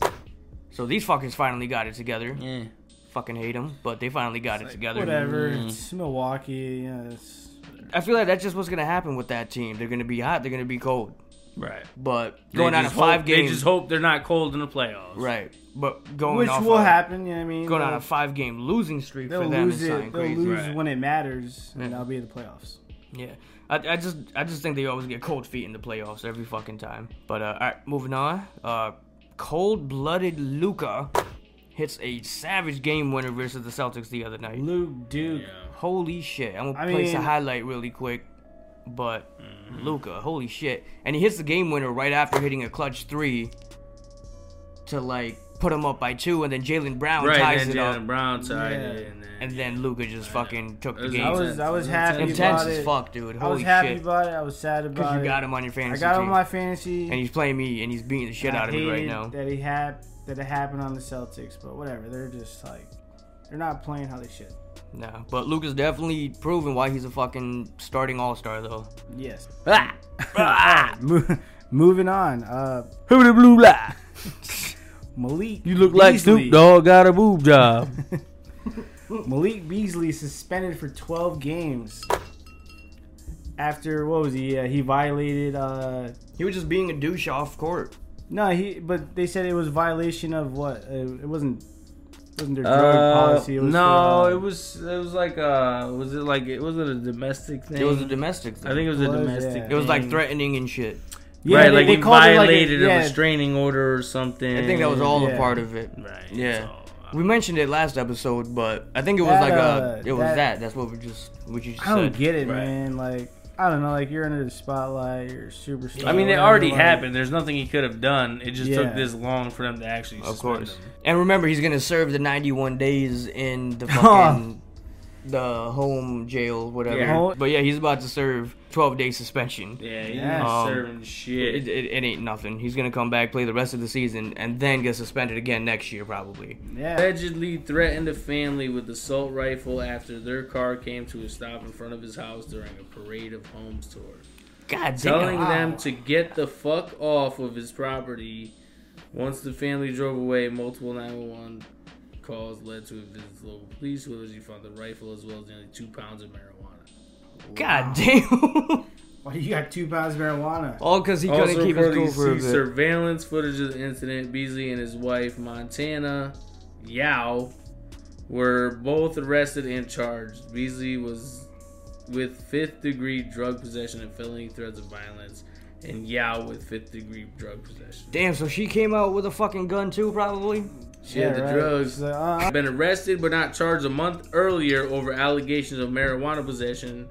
Speaker 1: So these fuckers finally got it together.
Speaker 2: Yeah.
Speaker 1: Fucking hate them, but they finally got it together.
Speaker 3: Whatever. It's Milwaukee. You know, it's,
Speaker 1: I feel like that's just what's gonna happen with that team. They're gonna be hot. They're gonna be cold.
Speaker 2: Right.
Speaker 1: But
Speaker 2: They
Speaker 1: going on a
Speaker 2: just
Speaker 1: five
Speaker 2: hope-
Speaker 1: game,
Speaker 2: They just hope they're not cold in the playoffs.
Speaker 1: right? But going
Speaker 3: which
Speaker 1: off
Speaker 3: will
Speaker 1: a-
Speaker 3: happen. You know what I mean?
Speaker 1: Going on
Speaker 3: They'll-
Speaker 1: a five-game losing streak for
Speaker 3: They'll
Speaker 1: them
Speaker 3: lose
Speaker 1: is something
Speaker 3: it. They'll
Speaker 1: crazy.
Speaker 3: lose
Speaker 2: Right.
Speaker 3: when it matters, and
Speaker 1: Yeah.
Speaker 3: I'll be in the playoffs.
Speaker 1: Yeah, I, I just I just think they always get cold feet in the playoffs every fucking time. But uh, all right, moving on. Uh, cold-blooded Luca hits a savage game winner versus the Celtics the other night.
Speaker 3: Luke Duke.
Speaker 1: Holy shit! I'm gonna
Speaker 3: I
Speaker 1: place a
Speaker 3: mean-
Speaker 1: highlight really quick. But
Speaker 2: Mm-hmm.
Speaker 1: Luca, holy shit! And he hits the game winner right after hitting a clutch three to like put him up by two, and then Jalen Brown
Speaker 2: Right.
Speaker 1: ties
Speaker 2: then
Speaker 1: it
Speaker 2: Jalen
Speaker 1: up,
Speaker 2: Brown tied
Speaker 3: Yeah.
Speaker 2: it, and then,
Speaker 1: and then Luca just fucking took the
Speaker 2: That was-
Speaker 1: game.
Speaker 3: I was I was
Speaker 2: Intense.
Speaker 3: happy
Speaker 1: Intense
Speaker 3: about
Speaker 1: as
Speaker 3: it.
Speaker 1: fuck, dude.
Speaker 3: I was
Speaker 1: Holy
Speaker 3: happy
Speaker 1: shit!
Speaker 3: about it. I was sad about
Speaker 1: Because
Speaker 3: it.
Speaker 1: you got him on your
Speaker 3: I
Speaker 1: fantasy
Speaker 3: got
Speaker 1: team.
Speaker 3: him on my fantasy.
Speaker 1: and he's playing me, and he's beating the shit
Speaker 3: I
Speaker 1: out of me right
Speaker 3: hated
Speaker 1: now.
Speaker 3: That he had that it happened on the Celtics, but whatever. They're just like they're not playing how they should.
Speaker 1: Nah, but Luca's definitely proven why he's a fucking starting all star though.
Speaker 3: Yes.
Speaker 2: Ah! Ah!
Speaker 3: Mo- Moving on. Uh,
Speaker 2: Who the blue light?
Speaker 3: Malik.
Speaker 2: You look like
Speaker 3: Beasley.
Speaker 2: Snoop Dogg got a boob job.
Speaker 3: Malik Beasley suspended for 12 games after what was he? Uh, he violated. Uh,
Speaker 1: He was just being a douche off court.
Speaker 3: no, he. But they said it was violation of what? Uh, it wasn't. Wasn't their drug
Speaker 2: Uh,
Speaker 3: policy? It was
Speaker 2: no,
Speaker 3: for, uh,
Speaker 2: it was it was like uh was it like it was it a domestic thing?
Speaker 1: It was a domestic thing.
Speaker 2: I think it was a
Speaker 3: It was,
Speaker 2: domestic.
Speaker 3: yeah.
Speaker 1: it was like
Speaker 2: thing.
Speaker 1: threatening and shit.
Speaker 3: Yeah,
Speaker 2: right,
Speaker 3: they-
Speaker 2: like
Speaker 3: they
Speaker 2: he
Speaker 3: called it like a-
Speaker 2: violated a
Speaker 3: yeah,
Speaker 2: restraining order or something.
Speaker 1: I think that was all a
Speaker 3: Yeah.
Speaker 1: part of it.
Speaker 2: Right.
Speaker 1: Yeah.
Speaker 2: so, uh,
Speaker 1: We mentioned it last episode, but I think it was
Speaker 3: That,
Speaker 1: like
Speaker 3: uh,
Speaker 1: a it was that,
Speaker 3: that-
Speaker 1: That's what we just what you just
Speaker 3: I don't
Speaker 1: said.
Speaker 3: get it,
Speaker 2: Right.
Speaker 3: man. Like I don't know. Like you're under the spotlight. You're a superstar.
Speaker 2: I mean, it
Speaker 3: whatever,
Speaker 2: already
Speaker 3: like-
Speaker 2: happened. There's nothing he could have done. It just took
Speaker 3: Yeah.
Speaker 2: this long for them to actually.
Speaker 1: of
Speaker 2: suspend
Speaker 1: course.
Speaker 2: him.
Speaker 1: And remember, he's gonna serve the 91 days in the fucking the home jail, whatever.
Speaker 2: Yeah.
Speaker 1: But yeah, he's about to serve 12 day suspension.
Speaker 2: Yeah, he's
Speaker 3: Yeah.
Speaker 1: Um,
Speaker 2: not serving shit.
Speaker 1: It, it, it ain't nothing. He's gonna come back, play the rest of the season, and then get suspended again next year, probably.
Speaker 3: Yeah.
Speaker 2: allegedly threatened a family with assault rifle after their car came to a stop in front of his house during a parade of homes tours.
Speaker 1: God
Speaker 2: telling
Speaker 1: damn.
Speaker 2: them to get the fuck off of his property. Once the family drove away, multiple 911 calls led to a visit to local police, who allegedly found the rifle as well as nearly two pounds of marijuana.
Speaker 1: God damn.
Speaker 3: Why you got two pounds of marijuana?
Speaker 1: All because he
Speaker 2: Also,
Speaker 1: couldn't keep his cool
Speaker 2: reportedly
Speaker 1: for a
Speaker 2: see
Speaker 1: bit.
Speaker 2: surveillance footage of the incident. Beasley and his wife, Montana Yao, were both arrested and charged. Beasley was with fifth degree drug possession and felony threats of violence, and Yao with fifth degree drug possession.
Speaker 1: Damn, so she came out with a fucking gun too, probably?
Speaker 2: She had the
Speaker 3: right.
Speaker 2: drugs.
Speaker 3: So, uh,
Speaker 2: Been arrested but not charged a month earlier over allegations of marijuana possession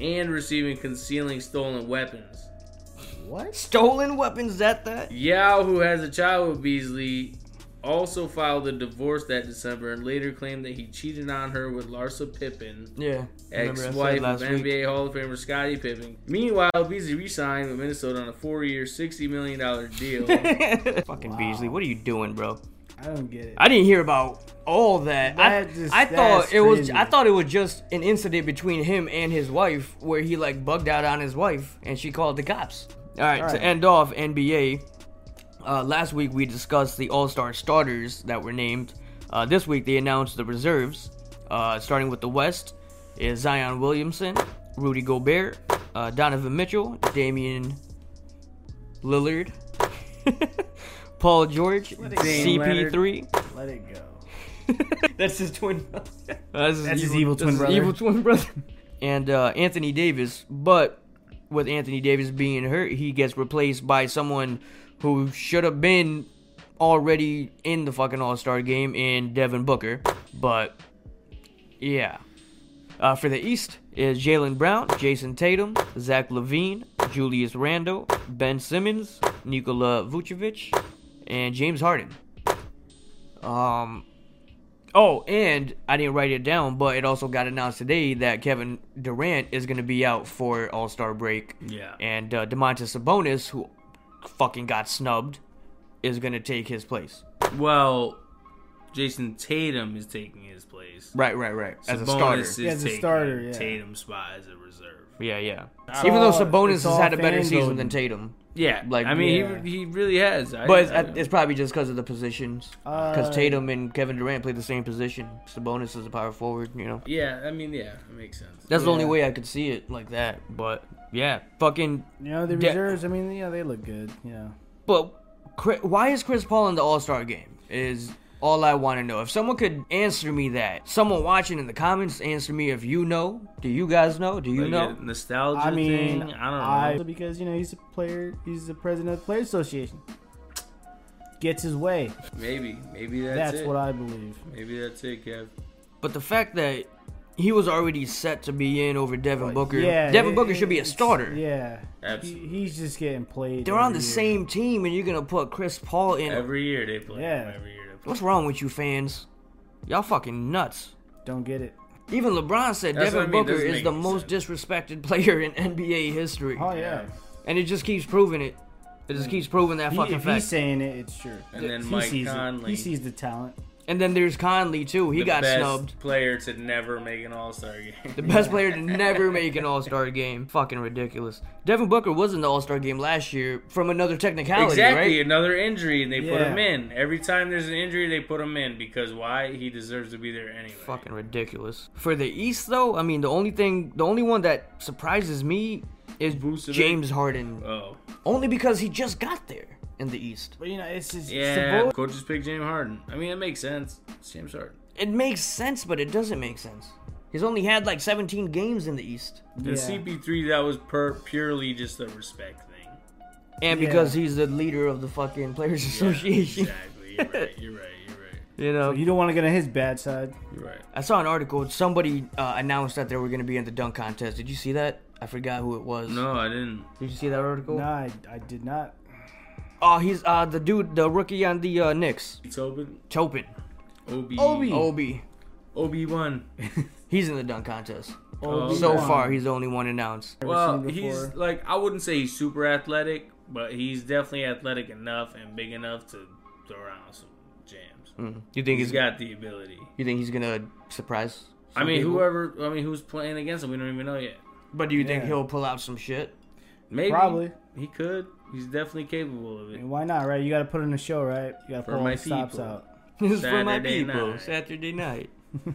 Speaker 2: and receiving concealing stolen weapons.
Speaker 3: what?
Speaker 1: Stolen weapons, that that?
Speaker 2: Yao, who has a child with Beasley, also filed a divorce that December and later claimed that he cheated on her with Larsa Pippen,
Speaker 1: Yeah. Remember I said
Speaker 2: ex-wife of
Speaker 1: last
Speaker 2: NBA
Speaker 1: week.
Speaker 2: Hall of Famer Scottie Pippen. Meanwhile, Beasley re-signed with Minnesota on a four-year, $60 million deal.
Speaker 1: fucking Beasley, what are you doing, bro?
Speaker 3: I don't get it.
Speaker 1: I didn't hear about all that. I,
Speaker 3: That just-
Speaker 1: I
Speaker 3: that's
Speaker 1: thought it was
Speaker 3: crazy.
Speaker 1: I thought it was just an incident between him and his wife where he like bugged out on his wife and she called the cops. All right,
Speaker 3: All
Speaker 1: to
Speaker 3: right.
Speaker 1: end off NBA, Uh, last week we discussed the All Star starters that were named. Uh, this week they announced the reserves. Uh, starting with the West is Zion Williamson, Rudy Gobert, uh, Donovan Mitchell, Damian Lillard, Paul George,
Speaker 2: Dame
Speaker 1: CP3.
Speaker 3: Let it go.
Speaker 1: That's his twin. brother.
Speaker 3: That's his evil twin brother.
Speaker 1: Evil twin brother. And uh, Anthony Davis, but with Anthony Davis being hurt, he gets replaced by someone who should have been already in the fucking All Star game in Devin Booker. But yeah, uh, for the East is Jalen Brown, Jason Tatum, Zach Levine, Julius Randle, Ben Simmons, Nikola Vucevic, and James Harden. Um, Oh, and I didn't write it down, but it also got announced today that Kevin Durant is going to be out for All Star break.
Speaker 2: Yeah.
Speaker 1: And uh, DeMontis Sabonis, who fucking got snubbed, is going to take his place.
Speaker 2: Well, Jason Tatum is taking his place.
Speaker 1: Right, right, right. As a
Speaker 2: Sabonis
Speaker 1: starter.
Speaker 2: is
Speaker 3: Yeah, as a
Speaker 2: taking
Speaker 3: starter, yeah.
Speaker 2: Tatum's spot as a reserve.
Speaker 1: Yeah, yeah.
Speaker 3: It's
Speaker 1: Even though
Speaker 3: all-
Speaker 1: Sabonis
Speaker 3: it's
Speaker 1: has
Speaker 3: all
Speaker 1: had a better
Speaker 3: fangirling.
Speaker 1: season than Tatum,
Speaker 2: Yeah,
Speaker 1: Like,
Speaker 2: like I mean,
Speaker 3: yeah.
Speaker 2: he, he really has. I,
Speaker 1: but it's,
Speaker 2: I-
Speaker 1: it's probably just because of the positions. Because
Speaker 3: Uh,
Speaker 1: Tatum and Kevin Durant play the same position. Sabonis is a power forward, you know.
Speaker 2: yeah, I mean, yeah, it makes sense.
Speaker 1: That's the only
Speaker 3: Yeah.
Speaker 1: way I could see it like that. But yeah, fucking
Speaker 3: You know the
Speaker 1: Yeah.
Speaker 3: reserves. I mean, yeah, they look good. You know,
Speaker 1: But Chri- why is Chris Paul in the All Star game? Is all I want to know. If someone could answer me that, someone watching in the comments, answer me if you know. Do you guys know? Do you
Speaker 2: Like,
Speaker 1: know?
Speaker 2: a nostalgia.
Speaker 3: I mean,
Speaker 2: thing? I don't know.
Speaker 3: because you know he's a player. He's the president of the player association. Gets his way.
Speaker 2: maybe, maybe that's,
Speaker 3: That's,
Speaker 2: it.
Speaker 3: what I believe.
Speaker 2: maybe that's it, Kev.
Speaker 1: But the fact that he was already set to be in over Devin Booker,
Speaker 3: Yeah,
Speaker 1: Devin
Speaker 3: it-
Speaker 1: Booker should be a
Speaker 3: it's-
Speaker 1: starter.
Speaker 3: Yeah,
Speaker 2: Absolutely.
Speaker 3: He, he's just getting played.
Speaker 1: They're on the
Speaker 3: every year.
Speaker 1: same team, and you're gonna put Chris Paul in.
Speaker 2: Every year they play.
Speaker 3: Yeah.
Speaker 2: him, Every year they play.
Speaker 1: What's wrong with you fans? Y'all fucking nuts.
Speaker 3: Don't get it.
Speaker 1: Even LeBron said
Speaker 2: That's
Speaker 1: Devin
Speaker 2: what I mean,
Speaker 1: Booker
Speaker 2: doesn't
Speaker 1: is
Speaker 2: make
Speaker 1: the
Speaker 2: any
Speaker 1: most disrespected player in NBA history,
Speaker 3: Oh yeah.
Speaker 1: and it just keeps proving it. It just keeps proving that
Speaker 3: He-
Speaker 1: fucking
Speaker 3: if
Speaker 1: fact.
Speaker 3: he's saying it, it's true.
Speaker 2: And then
Speaker 3: he
Speaker 2: Mike
Speaker 3: sees it.
Speaker 2: Conley.
Speaker 3: He sees the talent.
Speaker 1: And then there's Conley too. He
Speaker 2: the
Speaker 1: got
Speaker 2: best
Speaker 1: snubbed.
Speaker 2: Player to never make an All Star game.
Speaker 1: The best player to never make an All Star game. Fucking ridiculous. Devin Booker was in the All Star game last year from another technicality,
Speaker 2: Exactly,
Speaker 1: right?
Speaker 2: another injury, and they put
Speaker 3: Yeah.
Speaker 2: him in. Every time there's an injury, they put him in because why? He deserves to be there anyway.
Speaker 1: Fucking ridiculous. For the East though, I mean the only thing, the only one that surprises me is
Speaker 2: Vucevic?
Speaker 1: James Harden,
Speaker 2: Oh
Speaker 1: only because he just got there in the East.
Speaker 3: But you know, it's just
Speaker 2: yeah,
Speaker 3: It's the bull-
Speaker 2: coaches pick James Harden. I mean, it makes sense. It's James Harden.
Speaker 1: It makes sense, but it doesn't make sense. He's only had like 17 games in the East,
Speaker 2: The
Speaker 3: Yeah.
Speaker 2: CP3 that was per- purely just a respect thing.
Speaker 1: and
Speaker 3: Yeah.
Speaker 1: because he's the leader of the fucking Players
Speaker 3: Oh,
Speaker 1: Association,
Speaker 2: Exactly. You're right. You're right. You're right.
Speaker 1: you know.
Speaker 3: You don't want to get on his bad side.
Speaker 2: You're right.
Speaker 1: I saw an article. Somebody uh, announced that they were going to be in the dunk contest. Did you see that? I forgot who it was.
Speaker 2: No, I didn't.
Speaker 1: Did you see that article?
Speaker 3: Nah, I, I did not.
Speaker 1: Oh, he's uh the dude, the rookie on the uh, Knicks,
Speaker 2: It's open.
Speaker 1: Topin.
Speaker 2: OB.
Speaker 3: Obi.
Speaker 1: Obi.
Speaker 2: OB1.
Speaker 1: He's in the dunk contest.
Speaker 2: Oh,
Speaker 1: So
Speaker 2: yeah.
Speaker 1: far, he's the only one announced.
Speaker 3: Never
Speaker 2: Well,
Speaker 3: seen before.
Speaker 2: he's like, I wouldn't say he's super athletic, but he's definitely athletic enough and big enough to throw around some jams.
Speaker 3: Mm.
Speaker 1: You think
Speaker 2: He's
Speaker 1: he's?
Speaker 2: got the ability.
Speaker 1: Hmm. You think he's gonna surprise?
Speaker 2: I
Speaker 1: some
Speaker 2: mean,
Speaker 1: people?
Speaker 2: whoever, I mean, who's playing against him, we don't even know yet.
Speaker 1: But do you think
Speaker 3: Yeah.
Speaker 1: he'll pull out some shit?
Speaker 2: Maybe.
Speaker 3: Probably.
Speaker 2: He could. He's definitely capable of
Speaker 3: I
Speaker 2: it.
Speaker 3: mean, why not, right? You got to put in a show, right? You got to
Speaker 2: For
Speaker 3: pull all
Speaker 2: my
Speaker 3: the stops
Speaker 2: people.
Speaker 3: out.
Speaker 1: This is for my
Speaker 2: Saturday
Speaker 1: people.
Speaker 2: night.
Speaker 1: Saturday night.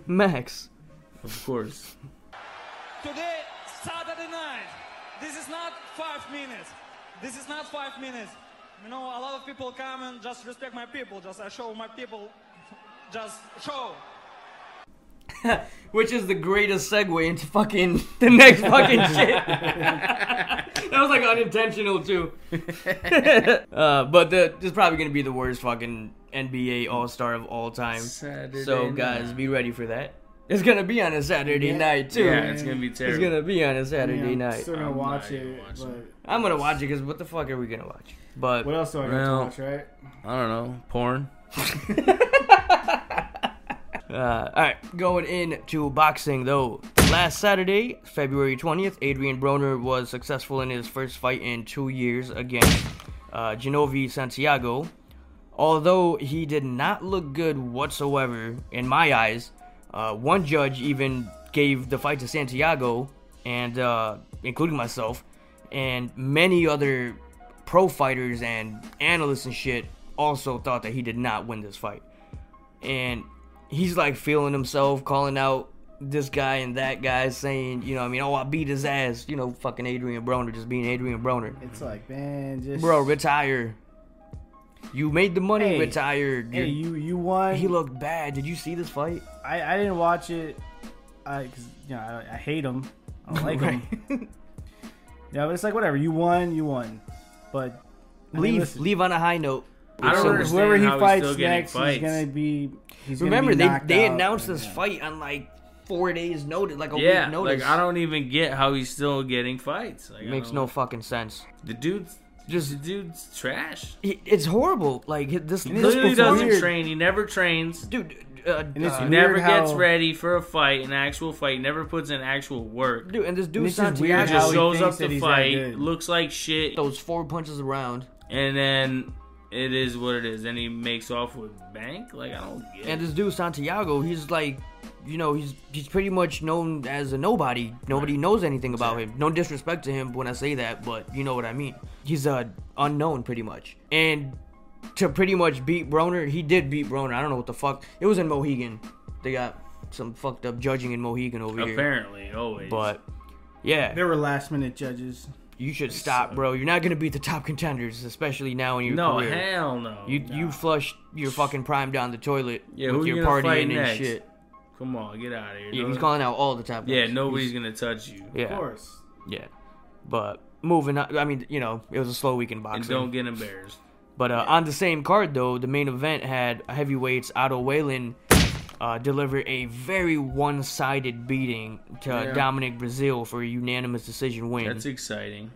Speaker 1: Max.
Speaker 2: Of course.
Speaker 6: Today, Saturday night. This is not five minutes. This is not five minutes. You know, a lot of people come and just respect my people. Just I show my people. Just show.
Speaker 1: Which is the greatest segue into fucking the next fucking shit. that was like unintentional too. uh, but the, this is probably gonna be the worst fucking NBA All Star of all time.
Speaker 2: Saturday
Speaker 1: so guys, be ready for that. It's gonna be on a Saturday
Speaker 3: Yeah.
Speaker 1: night too.
Speaker 2: Yeah, it's going to be
Speaker 1: It's
Speaker 2: terrible.
Speaker 1: gonna be on a
Speaker 3: I mean,
Speaker 1: Saturday
Speaker 3: I'm
Speaker 1: night.
Speaker 3: still going
Speaker 2: I'm
Speaker 3: to
Speaker 2: not
Speaker 3: watch
Speaker 2: gonna
Speaker 3: it.
Speaker 2: watch
Speaker 3: but
Speaker 2: it.
Speaker 1: I'm gonna watch it because what the fuck are we gonna watch? But
Speaker 3: what else do I got
Speaker 2: Well,
Speaker 3: to watch, right?
Speaker 2: I don't know. Porn.
Speaker 1: Uh, all right, going into boxing though. Last Saturday, February 20th, Adrian Broner was successful in his first fight in two years against uh, Genovi Santiago. Although he did not look good whatsoever in my eyes, uh, one judge even gave the fight to Santiago, and uh, including myself, and many other pro fighters and analysts and shit also thought that he did not win this fight. And he's like feeling himself, calling out this guy and that guy, saying, you know, what I mean, oh, I beat his ass. You know, fucking Adrian Broner just being Adrian Broner.
Speaker 3: It's like, man, just
Speaker 1: Bro, retire. You made the money,
Speaker 3: Hey.
Speaker 1: retire.
Speaker 3: Hey,
Speaker 1: You're-
Speaker 3: you you won.
Speaker 1: he looked bad. Did you see this fight?
Speaker 3: I, I didn't watch it. I cause, you know I, I hate him. I don't like him. Yeah, but it's like whatever. You won, you won. But I mean,
Speaker 1: leave
Speaker 3: listen,
Speaker 1: leave on a high note.
Speaker 2: I don't
Speaker 1: So-
Speaker 2: understand
Speaker 3: whoever he
Speaker 2: how he's
Speaker 3: fights
Speaker 2: still getting
Speaker 3: next,
Speaker 2: fights.
Speaker 3: he's gonna be. He's gonna
Speaker 1: Remember,
Speaker 3: be
Speaker 1: they
Speaker 3: knocked
Speaker 1: they
Speaker 3: out,
Speaker 1: announced
Speaker 3: and,
Speaker 1: this
Speaker 3: yeah.
Speaker 1: fight on like four days notice, like a
Speaker 2: yeah,
Speaker 1: week notice.
Speaker 2: like I don't even get how he's still getting fights. Like, I
Speaker 1: makes
Speaker 2: don't-
Speaker 1: no fucking sense.
Speaker 2: the dude's the
Speaker 1: Just
Speaker 2: dude's trash.
Speaker 1: it- it's horrible. Like it- this,
Speaker 2: He
Speaker 1: this
Speaker 2: Clearly doesn't
Speaker 3: weird.
Speaker 2: train. He never trains.
Speaker 1: dude. Uh,
Speaker 3: And it's
Speaker 1: uh,
Speaker 2: He
Speaker 3: Weird
Speaker 2: never gets
Speaker 3: how-
Speaker 2: ready for a fight, an actual fight. Never puts in actual work.
Speaker 1: dude, and this dude
Speaker 3: This is weird
Speaker 1: Santiago
Speaker 3: how
Speaker 2: Just
Speaker 3: he
Speaker 2: shows
Speaker 3: thinks
Speaker 2: up
Speaker 3: that
Speaker 2: to
Speaker 3: he's that
Speaker 2: fight,
Speaker 3: good.
Speaker 2: looks like shit,
Speaker 1: throws four punches around,
Speaker 2: and then it is what it is. And he makes off with bank. Like I don't get.
Speaker 1: and
Speaker 2: it.
Speaker 1: this dude Santiago, he's like, you know, he's he's pretty much known as a nobody. Nobody knows anything about him. No disrespect to him when I say that, but you know what I mean. He's uh unknown pretty much, and to pretty much beat Broner. He did beat Broner. I don't know what the fuck. It was in Mohegan. They got some fucked up judging in Mohegan over here.
Speaker 2: Apparently, always.
Speaker 1: But yeah,
Speaker 3: There were last minute judges.
Speaker 1: you should stop, bro. You're not gonna beat the top contenders, especially now in your
Speaker 2: uh, no,
Speaker 1: career.
Speaker 2: hell no.
Speaker 1: You you flushed your fucking prime down the toilet
Speaker 2: Yeah, who
Speaker 1: with
Speaker 2: you
Speaker 1: your
Speaker 2: gonna fight
Speaker 1: partying and
Speaker 2: next?
Speaker 1: shit.
Speaker 2: Come on, get out of here.
Speaker 1: Yeah,
Speaker 2: No-
Speaker 1: he's calling out all the top.
Speaker 2: yeah,
Speaker 1: guys.
Speaker 2: nobody's
Speaker 1: He's-
Speaker 2: gonna touch you.
Speaker 1: Yeah,
Speaker 3: Of course.
Speaker 1: yeah. But moving on, I mean, you know, it was a slow week in
Speaker 2: And
Speaker 1: boxing.
Speaker 2: don't get embarrassed.
Speaker 1: but uh, on the same card though, the main event had heavyweights Otto Whalen uh, deliver a very one-sided beating to
Speaker 2: Yeah.
Speaker 1: Dominic Brazil for a unanimous decision win.
Speaker 2: That's exciting.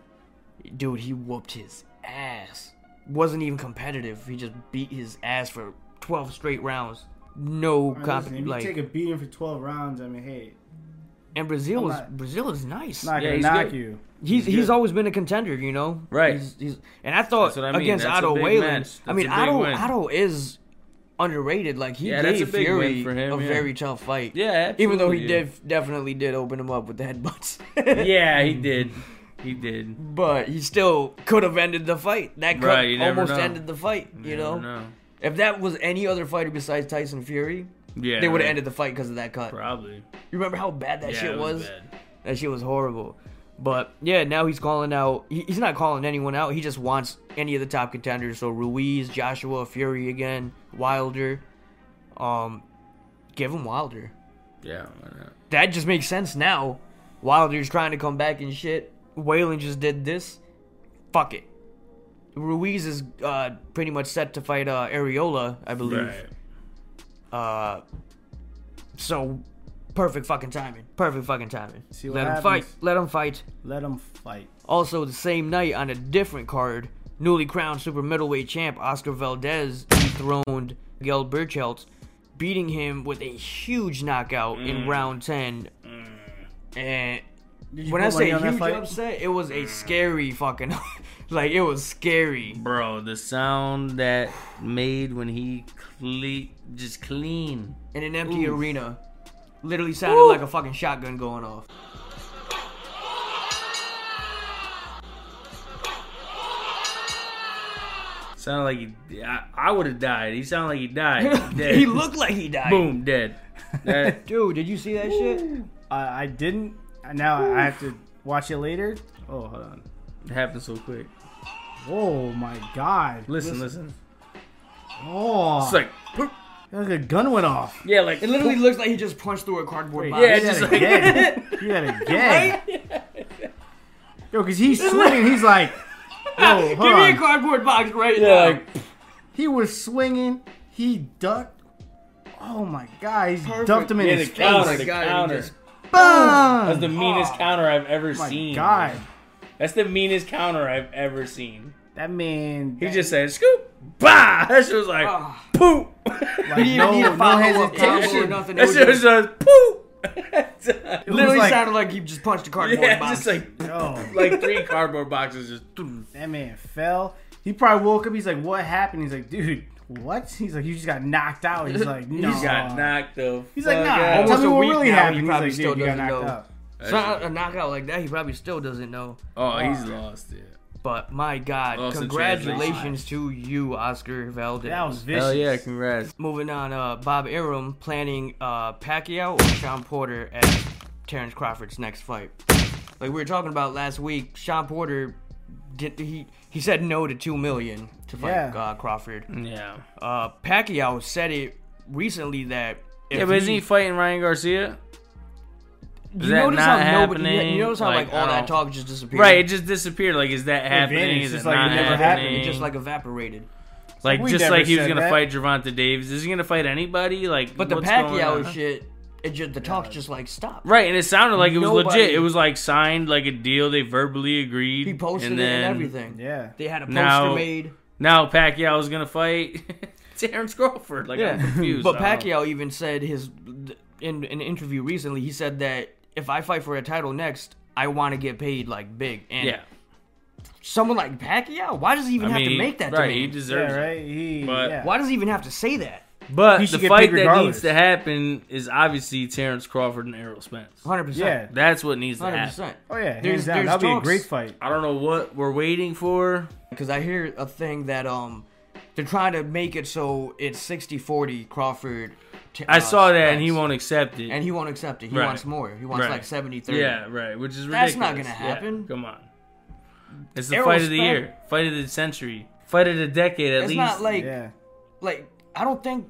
Speaker 1: Dude, he whooped his ass. Wasn't even competitive. He just beat his ass for 12 straight rounds. No
Speaker 3: I mean,
Speaker 1: comp
Speaker 3: listen, if you
Speaker 1: like
Speaker 3: take a beating for twelve rounds, I mean, hey,
Speaker 1: and Brazil
Speaker 3: I'm
Speaker 1: is
Speaker 3: not-
Speaker 1: Brazil is nice.
Speaker 3: it's not
Speaker 2: Yeah,
Speaker 3: gonna
Speaker 2: he's
Speaker 3: knock
Speaker 2: good.
Speaker 3: you.
Speaker 1: he's
Speaker 2: he's
Speaker 1: he's
Speaker 2: good.
Speaker 1: always been a contender, you know.
Speaker 2: Right.
Speaker 1: He's, he's, and I thought
Speaker 2: That's what I mean.
Speaker 1: against
Speaker 2: That's a
Speaker 1: Otto
Speaker 2: big
Speaker 1: Whalen.
Speaker 2: match.
Speaker 1: I mean,
Speaker 2: That's a big
Speaker 1: Otto
Speaker 2: win.
Speaker 1: Otto is underrated. Like he
Speaker 2: Yeah, that's
Speaker 1: gave
Speaker 2: a big win
Speaker 1: Fury
Speaker 2: for him,
Speaker 1: a
Speaker 2: yeah.
Speaker 1: very tough fight.
Speaker 2: Yeah,
Speaker 1: Even though
Speaker 2: absolutely.
Speaker 1: he def- definitely did open him up with the headbutts.
Speaker 2: yeah, he did. He did.
Speaker 1: But he still could have ended the fight. That could
Speaker 2: Right, you never
Speaker 1: almost
Speaker 2: know.
Speaker 1: ended the fight, you know?
Speaker 2: No.
Speaker 1: If that was any other fighter besides Tyson Fury,
Speaker 2: Yeah.
Speaker 1: they would have
Speaker 2: right.
Speaker 1: ended the fight because of that cut.
Speaker 2: Probably.
Speaker 1: You remember how bad that
Speaker 2: yeah,
Speaker 1: shit
Speaker 2: it
Speaker 1: was?
Speaker 2: was. bad.
Speaker 1: That shit was horrible. But yeah, now he's calling out. he- He's not calling anyone out. He just wants any of the top contenders. So Ruiz, Joshua, Fury again, Wilder. Um, give him Wilder.
Speaker 2: Yeah. why not?
Speaker 1: That just makes sense now. Wilder's trying to come back and shit. Whalen just did this. Fuck it. Ruiz is uh, pretty much set to fight uh, Areola, I believe.
Speaker 2: Right.
Speaker 1: Uh, so perfect fucking timing. Perfect fucking timing.
Speaker 3: See what
Speaker 1: Let him
Speaker 3: happens.
Speaker 1: fight. Let him fight.
Speaker 3: Let him fight.
Speaker 1: Also, the same night on a different card, newly crowned super middleweight champ Oscar Valdez dethroned Miguel Burchelt, beating him with a huge knockout in round 10. And
Speaker 3: Did you
Speaker 1: when
Speaker 3: put
Speaker 1: I say
Speaker 3: money on that
Speaker 1: huge
Speaker 3: fight?
Speaker 1: upset, it was a scary fucking. like, it was scary.
Speaker 2: Bro, the sound that made when he cle- just clean.
Speaker 1: In an empty arena, literally sounded like a fucking shotgun going off.
Speaker 2: Sounded like he. I, I would have died. He sounded like he died. Dead.
Speaker 1: he looked like he died.
Speaker 2: Boom, dead. That,
Speaker 1: Dude, did you see that shit?
Speaker 3: I, I didn't. Now I have to watch it later. Oh, hold on.
Speaker 2: it happened so quick.
Speaker 3: Oh my God!
Speaker 2: Listen, listen.
Speaker 3: Oh,
Speaker 2: It's like, poop.
Speaker 3: like a gun went off.
Speaker 2: yeah, like
Speaker 1: It literally looks like he just punched through a cardboard box.
Speaker 2: Yeah,
Speaker 3: You
Speaker 2: just
Speaker 3: got
Speaker 2: like-
Speaker 3: again. you got again. Yo, cause he's swinging. He's like, yo, hold
Speaker 1: Give me a
Speaker 3: on.
Speaker 1: cardboard box right
Speaker 2: Yeah,
Speaker 1: now.
Speaker 2: like,
Speaker 3: He was swinging. He ducked. Oh my god, he's
Speaker 1: Perfect.
Speaker 3: dumped him in
Speaker 2: yeah, the
Speaker 3: his face.
Speaker 2: counter,
Speaker 1: Oh my
Speaker 2: the
Speaker 1: God, he
Speaker 2: counter.
Speaker 1: just- Oh
Speaker 3: Boom!
Speaker 2: That's the meanest counter I've ever
Speaker 3: my
Speaker 2: seen.
Speaker 3: god,
Speaker 2: That's the meanest counter I've ever seen.
Speaker 3: that man.
Speaker 2: He just said, scoop, bah! That shit was like,
Speaker 1: Ah.
Speaker 2: poop.
Speaker 3: like,
Speaker 1: He didn't
Speaker 3: no,
Speaker 1: need a
Speaker 3: no
Speaker 1: follow-up combo or
Speaker 2: that shit,
Speaker 3: hesitation.
Speaker 1: nothing. It
Speaker 2: that
Speaker 1: was
Speaker 2: shit was
Speaker 1: just-
Speaker 2: just, poop.
Speaker 3: was
Speaker 1: Literally
Speaker 3: like-
Speaker 1: sounded like he just punched a cardboard
Speaker 2: yeah,
Speaker 1: box.
Speaker 2: just like,
Speaker 3: Yo,
Speaker 2: like three cardboard boxes just.
Speaker 3: that man fell. He probably woke up. He's like, "What happened?" He's like, "Dude, what?" He's like, "You just got knocked out." He's like, "No."
Speaker 2: He got knocked the
Speaker 3: He's like,
Speaker 2: fuck
Speaker 3: "Nah,
Speaker 2: out.
Speaker 1: Almost
Speaker 3: tell me
Speaker 1: a
Speaker 3: what
Speaker 1: week
Speaker 3: really
Speaker 1: now, he
Speaker 3: happened." He's
Speaker 1: probably
Speaker 3: like,
Speaker 1: still
Speaker 3: "Dude, you got
Speaker 1: doesn't
Speaker 3: knocked
Speaker 1: know."
Speaker 3: out."
Speaker 1: So, a knockout like that, he probably still doesn't know.
Speaker 2: Oh, he's lost it.
Speaker 1: But my God,
Speaker 2: Lost in
Speaker 1: congratulations to you, Oscar Valdez.
Speaker 3: That was vicious.
Speaker 2: Hell yeah, congrats.
Speaker 1: Moving on, uh, Bob Arum planning uh, Pacquiao or Sean Porter as Terrence Crawford's next fight. Like we were talking about last week, Sean Porter did he he said no to two million to fight
Speaker 3: Yeah.
Speaker 1: uh, Crawford.
Speaker 2: Yeah.
Speaker 1: Uh, Pacquiao said it recently that if
Speaker 2: Yeah, but isn't he fighting Ryan Garcia? Is
Speaker 1: you
Speaker 2: that
Speaker 1: notice
Speaker 2: not
Speaker 1: how nobody- you-
Speaker 2: happening?
Speaker 1: you notice how like,
Speaker 2: Like, I
Speaker 1: all that
Speaker 2: don't-
Speaker 1: talk just disappeared.
Speaker 2: Right, it just disappeared. Like, is that happening?
Speaker 3: vanished,
Speaker 2: Is it
Speaker 3: just
Speaker 2: not
Speaker 3: like it never
Speaker 2: happening?
Speaker 3: happened.
Speaker 1: It just like evaporated.
Speaker 2: Like,
Speaker 3: We
Speaker 2: just
Speaker 3: never
Speaker 2: like he was
Speaker 3: said
Speaker 2: gonna
Speaker 3: that.
Speaker 2: fight Javante Davis. Is he gonna fight anybody? Like,
Speaker 1: But the
Speaker 2: what's going on?
Speaker 1: Pacquiao shit, it just the talks just like stopped.
Speaker 2: Right, and it sounded like it was
Speaker 1: Nobody-
Speaker 2: legit. It was like signed, like a deal. They verbally agreed.
Speaker 1: He posted
Speaker 2: and
Speaker 1: it and
Speaker 2: then
Speaker 1: everything.
Speaker 3: Yeah.
Speaker 1: They had a poster
Speaker 2: Now-
Speaker 1: made.
Speaker 2: Now Pacquiao is gonna fight Terrence Crawford. Like I'm confused.
Speaker 1: But
Speaker 2: I don't know.
Speaker 1: Pacquiao even said his in, in an interview recently. He said that if I fight for a title next, I want to get paid like big. And
Speaker 2: yeah.
Speaker 1: someone like Pacquiao, why does he even
Speaker 2: I
Speaker 1: have
Speaker 2: mean,
Speaker 1: to make that
Speaker 2: right. He
Speaker 1: demand?
Speaker 2: deserves
Speaker 3: Yeah,
Speaker 2: it.
Speaker 3: right. He,
Speaker 2: But-
Speaker 3: yeah.
Speaker 1: why does he even have to say that?
Speaker 2: But
Speaker 3: He should
Speaker 2: the
Speaker 3: get
Speaker 2: fight
Speaker 3: paid
Speaker 2: that needs
Speaker 3: regardless.
Speaker 2: to happen is obviously Terrence Crawford and Errol Spence.
Speaker 1: Hundred
Speaker 3: Yeah.
Speaker 1: percent.
Speaker 2: That's what needs to
Speaker 1: Hundred
Speaker 2: happen.
Speaker 1: percent.
Speaker 3: Oh yeah,
Speaker 1: There's-
Speaker 3: hands down.
Speaker 1: there's
Speaker 3: That'll be a
Speaker 1: talks.
Speaker 3: great fight.
Speaker 2: I don't know what we're waiting for.
Speaker 1: Because I hear a thing that um they're trying to make it so it's 60-40 Crawford. t-
Speaker 2: I
Speaker 1: uh,
Speaker 2: saw that and he
Speaker 1: Spence.
Speaker 2: won't accept it.
Speaker 1: and he won't accept it. He
Speaker 2: Right.
Speaker 1: wants more. He wants
Speaker 2: Right.
Speaker 1: like 70-30.
Speaker 2: yeah, right, which is ridiculous.
Speaker 1: That's not gonna
Speaker 2: Yeah,
Speaker 1: happen.
Speaker 2: come on. It's the
Speaker 1: Errol
Speaker 2: fight of the
Speaker 1: Spence-
Speaker 2: year, fight of the century, fight of the decade at
Speaker 1: It's
Speaker 2: least.
Speaker 1: not like
Speaker 3: Yeah.
Speaker 1: like I don't think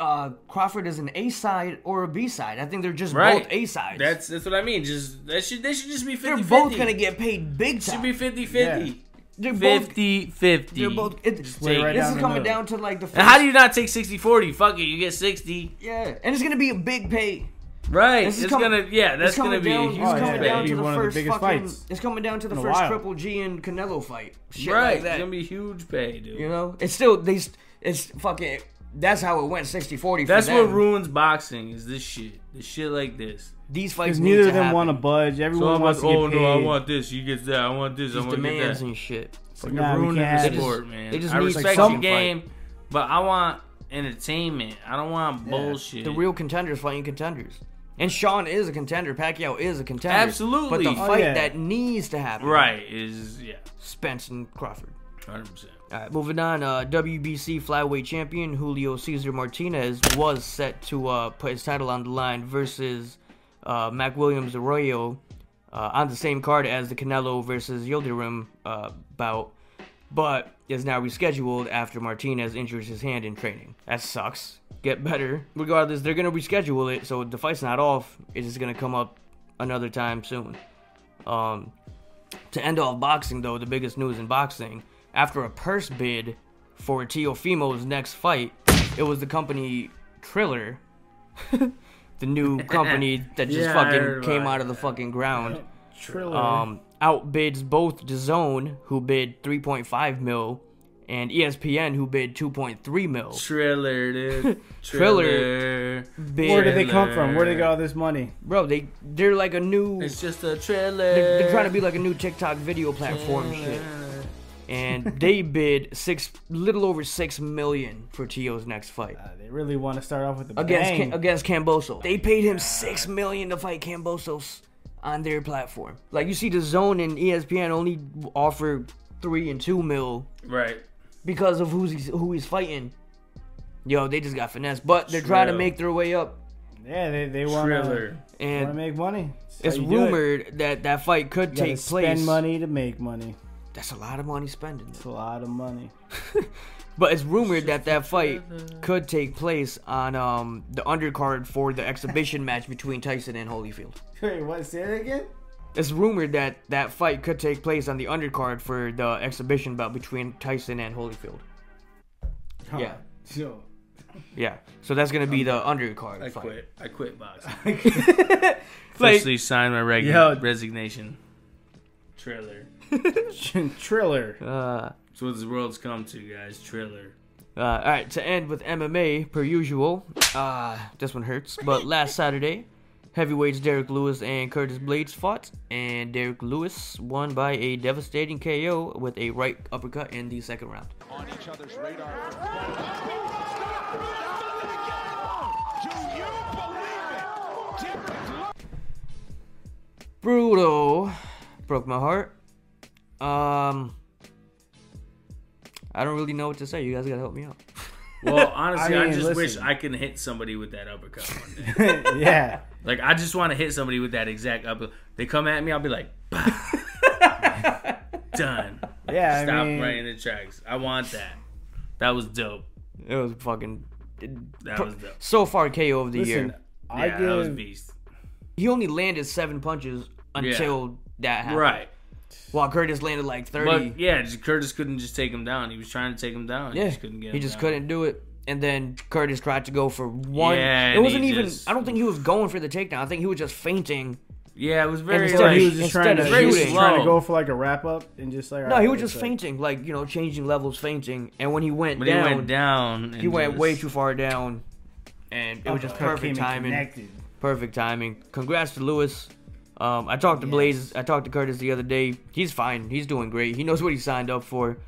Speaker 1: uh, Crawford is an A side or a B side. I think they're just
Speaker 2: Right.
Speaker 1: both A sides.
Speaker 2: That's that's what I mean. Just that should they should just be 50
Speaker 1: they're both gonna get paid big
Speaker 2: should
Speaker 1: time.
Speaker 2: be 50 50.
Speaker 1: they're both.
Speaker 2: 50 50.
Speaker 1: They're both. It, this
Speaker 2: lay right
Speaker 1: is
Speaker 3: down the
Speaker 1: coming
Speaker 3: middle.
Speaker 1: down to like the. First,
Speaker 2: And how do you not take 60 40? Fuck it, you get 60.
Speaker 1: Yeah, and it's gonna be a big pay.
Speaker 2: Right.
Speaker 1: This is
Speaker 2: It's
Speaker 1: coming-
Speaker 2: gonna yeah, that's
Speaker 1: it's coming
Speaker 2: gonna be
Speaker 1: down,
Speaker 2: a
Speaker 1: It's
Speaker 2: huge
Speaker 3: Oh, yeah,
Speaker 1: coming
Speaker 3: pay.
Speaker 1: down
Speaker 3: Be
Speaker 1: to the
Speaker 3: one of the
Speaker 1: first
Speaker 3: biggest
Speaker 1: fucking.
Speaker 3: fights
Speaker 1: It's coming down to the
Speaker 3: in a
Speaker 1: first
Speaker 3: while.
Speaker 1: Triple G and Canelo fight. Shit
Speaker 2: Right.
Speaker 1: like that.
Speaker 2: It's gonna be huge pay, dude.
Speaker 1: you know, it's still they. s- It's fucking. That's how it went 60-40
Speaker 2: that's
Speaker 1: for
Speaker 2: what
Speaker 1: them.
Speaker 2: ruins boxing is this shit. This shit like this.
Speaker 1: These fights
Speaker 3: Because
Speaker 1: need
Speaker 3: neither
Speaker 1: to
Speaker 3: of them
Speaker 1: happen.
Speaker 3: want to budge.
Speaker 2: So
Speaker 3: Everyone
Speaker 2: I'm
Speaker 3: wants
Speaker 2: like,
Speaker 3: to get
Speaker 2: oh no, I
Speaker 3: paid.
Speaker 2: want this, you get that, I want this, I
Speaker 1: These
Speaker 2: want to get
Speaker 1: demands
Speaker 2: that.
Speaker 1: and shit.
Speaker 2: Fucking
Speaker 3: Nah, we
Speaker 2: ruining the
Speaker 3: can't have it.
Speaker 2: sport, man.
Speaker 1: They just
Speaker 2: I
Speaker 1: need
Speaker 2: respect
Speaker 1: like
Speaker 2: your
Speaker 1: some
Speaker 2: game, but I want entertainment. I don't want bullshit.
Speaker 1: The real contenders fighting contenders. And Sean is a contender. Pacquiao is a contender.
Speaker 2: Absolutely.
Speaker 1: But the
Speaker 2: Oh,
Speaker 1: fight
Speaker 3: yeah.
Speaker 1: that needs to happen.
Speaker 2: right is yeah,
Speaker 1: Spence and Crawford.
Speaker 2: 100. percent
Speaker 1: All right, moving on. Uh, WBC flyweight champion Julio Cesar Martinez was set to uh, put his title on the line versus uh, Mac Williams Arroyo uh, on the same card as the Canelo versus Yildirim uh, bout, but is now rescheduled after Martinez injures his hand in training. That sucks. Get better. Regardless, they're going to reschedule it, so the fight's not off. It is going to come up another time soon. Um, to end off boxing, though, the biggest news in boxing, after a purse bid for Teofimo's next fight, it was the company Triller, the new company that just
Speaker 2: Yeah, I heard
Speaker 1: fucking
Speaker 2: about
Speaker 1: came out
Speaker 2: it.
Speaker 1: of the fucking ground,
Speaker 3: Triller.
Speaker 1: um, outbids both DAZN, who bid 3.5 mil, and E ESPN, who bid 2.3 mil.
Speaker 2: Triller, dude.
Speaker 1: Triller. Bid-
Speaker 3: Where did they come from? Where did they get all this money?
Speaker 1: Bro, they they're like a new.
Speaker 2: It's just a trailer.
Speaker 1: They're, they're trying to be like a new TikTok video platform shit. And they bid six, little over six million for Tio's next fight
Speaker 3: Uh, They really want to start off with the
Speaker 1: against
Speaker 3: bang.
Speaker 1: Cam- against Camboso. They paid him six million to fight Cambosos on their platform. Like you see, the Zone and E ESPN only offer three and two mil
Speaker 2: right.
Speaker 1: because of who's he's, who he's fighting. Yo, they just got finesse, but they're trying to
Speaker 2: True.
Speaker 1: make their way up.
Speaker 3: yeah, they, they want
Speaker 2: Triller.
Speaker 3: to
Speaker 1: And
Speaker 3: make money. That's how
Speaker 1: it's
Speaker 3: you do it.
Speaker 1: rumored that that fight could
Speaker 3: You gotta
Speaker 1: take place.
Speaker 3: Spend money to make money.
Speaker 1: That's a lot of money spending.
Speaker 3: It's a lot of money.
Speaker 1: But it's rumored that that fight could take place on um, the undercard for the exhibition match between Tyson and Holyfield.
Speaker 3: Wait, what? Say that again?
Speaker 1: It's rumored that that fight could take place on the undercard for the exhibition bout between Tyson and Holyfield. Yeah,
Speaker 3: Yo.
Speaker 1: yeah. So that's gonna
Speaker 3: Um,
Speaker 1: be the undercard
Speaker 2: I
Speaker 1: fight.
Speaker 2: quit. I quit boxing.
Speaker 1: Like,
Speaker 2: Officially signed my reg-
Speaker 3: Yo.
Speaker 2: resignation. Trailer.
Speaker 3: Triller.
Speaker 1: uh,
Speaker 2: That's what this world's come to, guys. Trailer.
Speaker 1: Uh, all right, to end with MMA per usual. Uh, this one hurts. But last Saturday, heavyweights Derek Lewis and Curtis Blades fought, and Derek Lewis won by a devastating KO with a right uppercut in the second round.
Speaker 4: On each other's radar.
Speaker 1: Brutal broke my heart. Um, I don't really know what to say. You guys gotta help me out.
Speaker 2: Well, honestly, I,
Speaker 3: mean,
Speaker 2: just wish
Speaker 3: listen.
Speaker 2: I can hit somebody with that uppercut one day.
Speaker 3: yeah.
Speaker 2: Like I just want to hit somebody with that exact uppercut. They come at me, I'll be like, bah. done.
Speaker 3: Yeah.
Speaker 2: Stop
Speaker 3: I mean,
Speaker 2: right in the tracks. I want that. That was dope.
Speaker 1: It was fucking
Speaker 2: That was dope.
Speaker 1: so far KO of the
Speaker 3: Listen,
Speaker 1: year.
Speaker 3: I
Speaker 2: Yeah, that was
Speaker 3: give
Speaker 2: beast.
Speaker 1: He only landed seven punches until that happened.
Speaker 2: Right.
Speaker 1: While Curtis landed like thirty.
Speaker 2: But yeah, just Curtis couldn't just take him down. He was trying to take him down.
Speaker 1: yeah,
Speaker 2: He just couldn't get him
Speaker 1: he just
Speaker 2: down.
Speaker 1: couldn't do it. And then Curtis tried to go for one.
Speaker 2: Yeah,
Speaker 1: it
Speaker 2: and
Speaker 1: wasn't
Speaker 2: he
Speaker 1: even.
Speaker 2: just-
Speaker 1: I don't think he was going for the takedown. I think he was just fainting.
Speaker 2: Yeah, it was very
Speaker 1: instead
Speaker 3: Or
Speaker 2: like
Speaker 3: he was just
Speaker 1: Instead
Speaker 3: trying to,
Speaker 1: of
Speaker 3: he was just
Speaker 2: shooting.
Speaker 3: trying to
Speaker 2: Slow.
Speaker 3: go for like a wrap up and just like.
Speaker 1: No,
Speaker 3: alright,
Speaker 1: he was
Speaker 3: it's
Speaker 1: just
Speaker 3: like-
Speaker 1: fainting, like you know, changing levels, fainting. And when he went
Speaker 2: when
Speaker 1: down,
Speaker 2: he went down. and
Speaker 1: he went
Speaker 2: just-
Speaker 1: way too far down, and it was just
Speaker 3: Uppercut
Speaker 1: perfect
Speaker 3: came and
Speaker 1: timing.
Speaker 3: connected.
Speaker 1: Perfect timing. Congrats to Lewis. Um, I talked to Blaze. I talked to Curtis the other day. He's fine. He's doing great. He knows what he signed up for,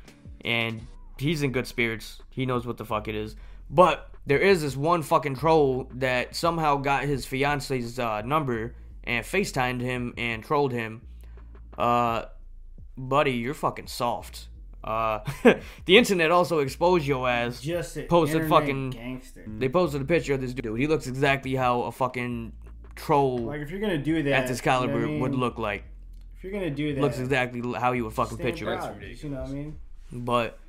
Speaker 1: and he's in good spirits. He knows what the fuck it is. But there is this one fucking troll that somehow got his fiance's uh, number and FaceTimed him and trolled him. Uh, buddy, you're fucking soft. Uh, the internet also exposed your ass.
Speaker 3: Just a
Speaker 1: Posted
Speaker 3: internet
Speaker 1: fucking-
Speaker 3: gangster.
Speaker 1: They posted a picture of this dude. He looks exactly how a fucking troll
Speaker 3: Like if you're gonna do that
Speaker 1: at this
Speaker 3: you know what I
Speaker 1: caliber
Speaker 3: mean?
Speaker 1: would look like.
Speaker 3: If you're gonna do that,
Speaker 1: Looks exactly how you would fucking
Speaker 3: stand
Speaker 1: picture it.
Speaker 3: proud, You know what I mean?
Speaker 1: But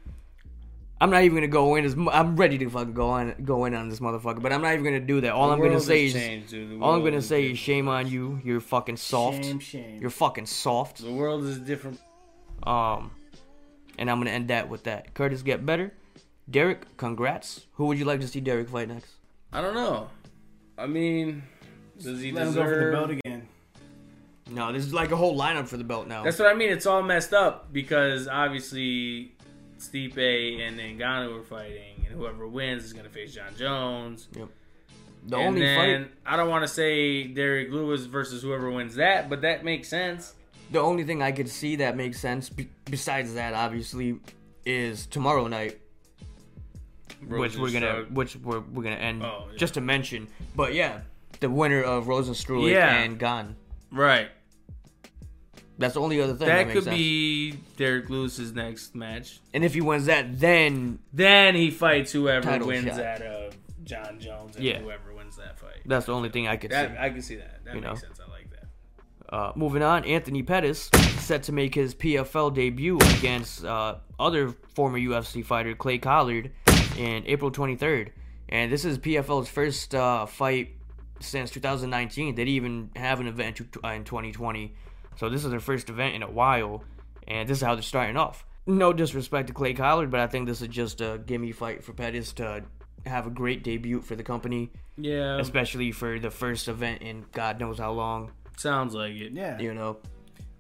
Speaker 1: I'm not even gonna go in. As, mu- I'm ready to fucking go on go in on this motherfucker. But I'm not even gonna do that. All I'm
Speaker 2: The world
Speaker 1: gonna
Speaker 2: has
Speaker 1: say is
Speaker 2: changed, dude. The
Speaker 1: all I'm
Speaker 2: world
Speaker 1: gonna
Speaker 2: is
Speaker 1: say is
Speaker 2: different.
Speaker 1: shame on you. You're fucking soft.
Speaker 3: Shame, shame.
Speaker 1: You're fucking soft.
Speaker 2: The world is different.
Speaker 1: Um, and I'm gonna end that with that. Curtis, get better. Derek, congrats. Who would you like to see Derek fight next?
Speaker 2: I don't know. I mean, does he
Speaker 3: Let him go for the
Speaker 2: deserve?
Speaker 3: belt again.
Speaker 1: No, there's like a whole lineup for the belt now.
Speaker 2: That's what I mean. It's all messed up because obviously Stipe and Ngannou are fighting, and whoever wins is going to face John Jones.
Speaker 1: the
Speaker 2: and
Speaker 1: only
Speaker 2: then
Speaker 1: fight.
Speaker 2: I don't want to say Derek Lewis versus whoever wins that, but that makes sense.
Speaker 1: The only thing I could see that makes sense, be- besides that, obviously, is tomorrow night, which we're gonna,
Speaker 2: Rosenstruck-
Speaker 1: which we're, we're gonna end
Speaker 2: Oh, yeah.
Speaker 1: just to mention. But yeah, the winner of Rosenstruik
Speaker 2: Yeah.
Speaker 1: and Gone.
Speaker 2: right.
Speaker 1: That's the only other thing that,
Speaker 2: That
Speaker 1: makes
Speaker 2: could
Speaker 1: sense.
Speaker 2: be Derek Lewis's next match.
Speaker 1: And if he wins that, then
Speaker 2: Then he fights whoever
Speaker 1: Title
Speaker 2: wins
Speaker 1: shot.
Speaker 2: that of John Jones and
Speaker 1: Yeah.
Speaker 2: whoever wins that fight.
Speaker 1: that's the only thing I could
Speaker 2: That
Speaker 1: see.
Speaker 2: I can see that. That
Speaker 1: You know?
Speaker 2: makes sense. I like that.
Speaker 1: Uh, moving on, Anthony Pettis set to make his PFL debut against uh, other former UFC fighter Clay Collard in April 23rd, and this is PFL's first uh, fight since 2019. They didn't even have an event in 2020, so this is their first event in a while, and this is how they're starting off. No disrespect to Clay Collard, but I think this is just a gimme fight for Pettis to have a great debut for the company,
Speaker 2: Yeah,
Speaker 1: especially for the first event in God knows how long.
Speaker 2: sounds like it.
Speaker 3: Yeah.
Speaker 1: You know,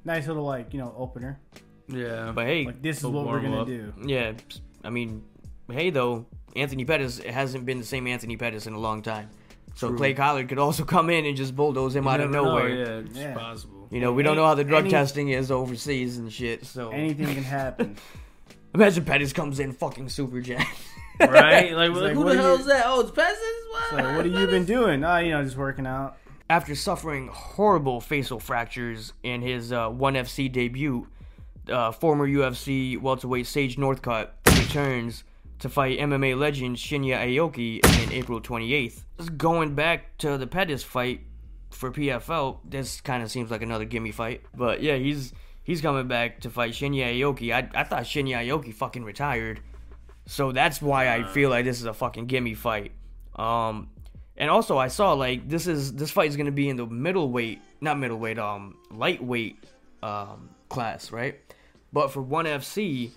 Speaker 3: Nice little like you know opener.
Speaker 2: yeah.
Speaker 1: but hey,
Speaker 3: Like this is
Speaker 2: A
Speaker 3: what we're
Speaker 2: warm
Speaker 3: gonna
Speaker 2: up.
Speaker 3: do.
Speaker 1: Yeah, I mean, hey though, Anthony Pettis hasn't been the same Anthony Pettis in a long time. So Clay Collard could also come in and just bulldoze him out of
Speaker 2: Never know,
Speaker 1: nowhere.
Speaker 2: yeah, it's
Speaker 3: Yeah.
Speaker 2: possible.
Speaker 1: You know, we don't know how the drug
Speaker 3: Any-
Speaker 1: testing is overseas and shit. So
Speaker 3: Anything can happen.
Speaker 1: imagine Pettis comes in fucking super jacked.
Speaker 2: right? Like, like,
Speaker 3: like,
Speaker 2: who
Speaker 3: what
Speaker 2: the
Speaker 3: are
Speaker 2: hell
Speaker 3: you-
Speaker 2: is that? Oh, it's Peasants? What?
Speaker 3: so what have you been doing? Ah, you know, just working out.
Speaker 1: After suffering horrible facial fractures in his uh, 1FC debut, uh, former UFC welterweight Sage Northcutt returns to fight MMA legend Shinya Aoki on April 28th. Just going back to the Pettis fight for PFL, this kind of seems like another gimme fight. But yeah, he's he's coming back to fight Shinya Aoki. I, I thought Shinya Aoki fucking retired. So that's why I feel like this is a fucking gimme fight. Um and also I saw like this is this fight is going to be in the middleweight, not middleweight, um lightweight um class, right? But for 1FC,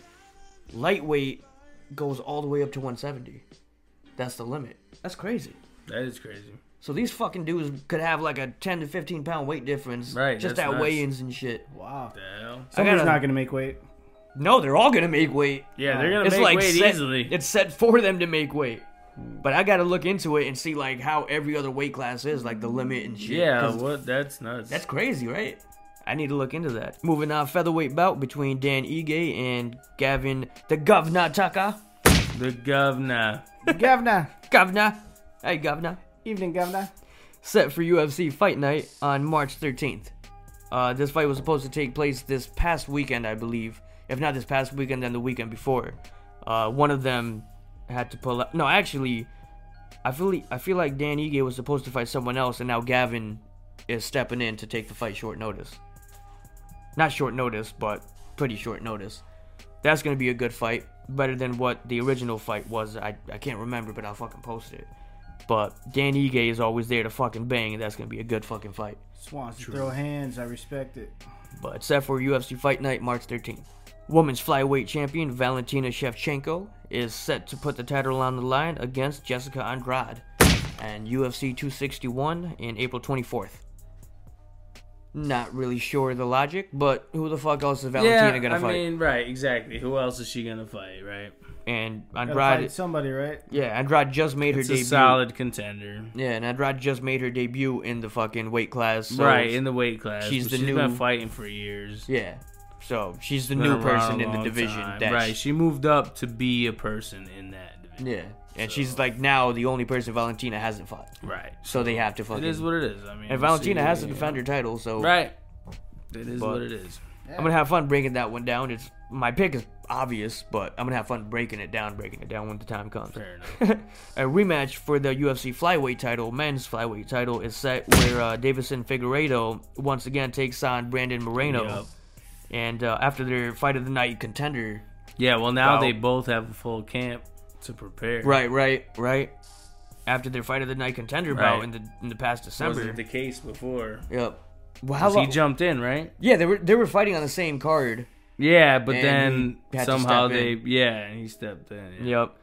Speaker 1: lightweight goes all the way up to 170. That's the limit. That's crazy.
Speaker 2: That is crazy.
Speaker 1: So these fucking dudes could have like a 10 to 15 pound weight difference
Speaker 2: Right,
Speaker 1: just
Speaker 2: that's
Speaker 1: at
Speaker 2: nuts.
Speaker 1: weigh-ins and shit.
Speaker 3: Wow.
Speaker 2: The hell?
Speaker 3: Somebody's
Speaker 1: gotta-
Speaker 3: not gonna make weight.
Speaker 1: No, they're all going to make weight.
Speaker 2: Yeah, they're gonna
Speaker 1: It's
Speaker 2: make
Speaker 1: like
Speaker 2: weight
Speaker 1: set,
Speaker 2: easily.
Speaker 1: it's set for them to make weight. But I got to look into it and see like how every other weight class is like the limit and shit.
Speaker 2: yeah,
Speaker 1: 'Cause
Speaker 2: what? That's nuts.
Speaker 1: That's crazy, right? I need to look into that. Moving on, featherweight bout between Dan Ige and Gavin the Governor Taka.
Speaker 2: the governor.
Speaker 3: governor.
Speaker 1: Governor. Hey, Governor.
Speaker 3: Evening, governor.
Speaker 1: Set for UFC Fight Night on March 13th. Uh, this fight was supposed to take place this past weekend, I believe. If not this past weekend, then the weekend before. Uh, one of them had to pull out. No, actually, I feel I feel like Dan Ige was supposed to fight someone else, and now Gavin is stepping in to take the fight short notice. Not short notice, but pretty short notice. That's gonna be a good fight, better than what the original fight was. I, I can't remember, but I'll fucking post it. But Dan Ige is always there to fucking bang, and that's gonna be a good fucking fight.
Speaker 3: Swans to throw hands. I respect it.
Speaker 1: But set for UFC Fight Night, March 13th. Women's flyweight champion Valentina Shevchenko is set to put the title on the line against Jessica Andrade and UFC 261 in April 24th. Not really sure the logic, but who the fuck else is Valentina
Speaker 2: yeah,
Speaker 1: gonna
Speaker 2: I
Speaker 1: fight?
Speaker 2: mean, right, exactly. Who else is she gonna fight, right?
Speaker 1: and
Speaker 3: Gotta
Speaker 1: Andrade,
Speaker 3: fight somebody, right?
Speaker 1: yeah, Andrade just made
Speaker 2: It's
Speaker 1: her
Speaker 2: a
Speaker 1: debut.
Speaker 2: solid contender.
Speaker 1: Yeah, and Andrade just made her debut in the fucking weight class. So
Speaker 2: right, in the weight class.
Speaker 1: she's
Speaker 2: but
Speaker 1: the
Speaker 2: she's
Speaker 1: new-
Speaker 2: been fighting for years.
Speaker 1: yeah, so she's the
Speaker 2: Been
Speaker 1: new
Speaker 2: around
Speaker 1: person
Speaker 2: a
Speaker 1: in the
Speaker 2: long
Speaker 1: division.
Speaker 2: time.
Speaker 1: That's-
Speaker 2: Right, she moved up to be a person in that division.
Speaker 1: Yeah, and she's like now the only person Valentina hasn't fought,
Speaker 2: Right.
Speaker 1: so they have to fucking.
Speaker 2: It is what it is. I mean,
Speaker 1: and Valentina
Speaker 2: she-
Speaker 1: has to defend her title, so
Speaker 2: Right. It is
Speaker 1: But-
Speaker 2: what it is.
Speaker 1: I'm gonna have fun breaking that one down. It's my pick is obvious, but I'm gonna have fun breaking it down, breaking it down when the time comes.
Speaker 2: Fair enough.
Speaker 1: a rematch for the UFC flyweight title, men's flyweight title, is set where uh, Davison Figueiredo once again takes on Brandon Moreno,
Speaker 2: Yup.
Speaker 1: and uh, after their fight of the night contender.
Speaker 2: Yeah, well, now
Speaker 1: Wow.
Speaker 2: they both have a full camp to prepare.
Speaker 1: Right, right, right. After their fight of the night contender bout
Speaker 2: Right.
Speaker 1: in the in the past December.
Speaker 2: Wasn't the case before.
Speaker 1: Yep. Well, how
Speaker 2: 'Cause He
Speaker 1: long-
Speaker 2: jumped in, right?
Speaker 1: Yeah, they were they were fighting on the same card.
Speaker 2: Yeah, but
Speaker 1: And he
Speaker 2: then
Speaker 1: had to
Speaker 2: somehow
Speaker 1: step
Speaker 2: they
Speaker 1: in.
Speaker 2: yeah, and he stepped in. Yeah.
Speaker 1: Yep.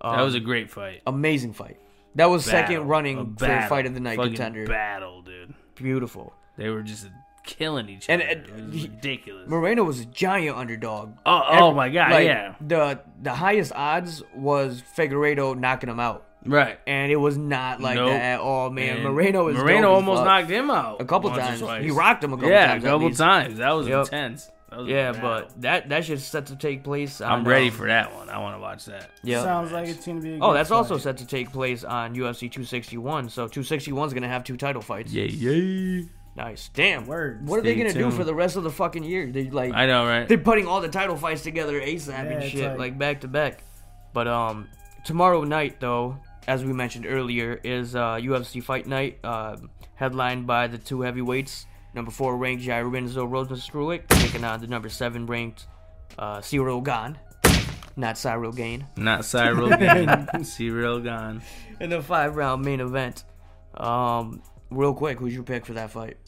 Speaker 1: Um,
Speaker 2: That was a great fight.
Speaker 1: amazing fight. That was
Speaker 2: Battle.
Speaker 1: second
Speaker 2: A
Speaker 1: running for
Speaker 2: battle.
Speaker 1: fight of the night
Speaker 2: Fucking
Speaker 1: contender.
Speaker 2: Battle, dude.
Speaker 1: Beautiful.
Speaker 2: They were just killing each
Speaker 1: And,
Speaker 2: other.
Speaker 1: uh,
Speaker 2: It was
Speaker 1: he-
Speaker 2: ridiculous.
Speaker 1: Moreno was a giant underdog.
Speaker 2: oh, oh my god,
Speaker 1: Like,
Speaker 2: yeah.
Speaker 1: The the highest odds was Figueredo knocking him out,
Speaker 2: Right.
Speaker 1: and it was not like
Speaker 2: Nope.
Speaker 1: that at all, man.
Speaker 2: And
Speaker 1: Moreno is
Speaker 2: Moreno
Speaker 1: dope as
Speaker 2: almost
Speaker 1: fuck.
Speaker 2: knocked him out
Speaker 1: a couple
Speaker 2: once or
Speaker 1: times.
Speaker 2: twice.
Speaker 1: He rocked him a couple
Speaker 2: yeah,
Speaker 1: times.
Speaker 2: a
Speaker 1: at
Speaker 2: couple
Speaker 1: least.
Speaker 2: times. That was
Speaker 1: Yep.
Speaker 2: intense. That was a
Speaker 1: Yeah,
Speaker 2: battle.
Speaker 1: but that that shit's set to take place. On,
Speaker 2: I'm ready
Speaker 1: um,
Speaker 2: for that one. I want to watch that.
Speaker 1: Yeah.
Speaker 3: Sounds like it's gonna be. A
Speaker 1: Oh,
Speaker 3: good
Speaker 1: that's
Speaker 3: fight.
Speaker 1: also set to take place on UFC 261. So 261 is gonna have two title fights.
Speaker 2: Yeah, yeah.
Speaker 1: Nice. Damn.
Speaker 3: Word.
Speaker 1: What are they
Speaker 2: Stay
Speaker 1: gonna do
Speaker 2: tuned.
Speaker 1: for the rest of the fucking year? They like
Speaker 2: I know, right?
Speaker 1: they're putting all the title fights together ASAP
Speaker 3: Yeah,
Speaker 1: and
Speaker 3: it's
Speaker 1: shit,
Speaker 3: like-
Speaker 1: like back to back. But um, tomorrow night though, as we mentioned earlier, is uh, UFC Fight Night, uh, headlined by the two heavyweights, number four ranked Jair Renzo Rosenstruik taking on the number seven ranked uh, Cyril Gan, not Cyril Gain,
Speaker 2: Not Cyril Gane. Cyril Gane.
Speaker 1: in the five round main event. Um, real quick, who's your pick for that fight?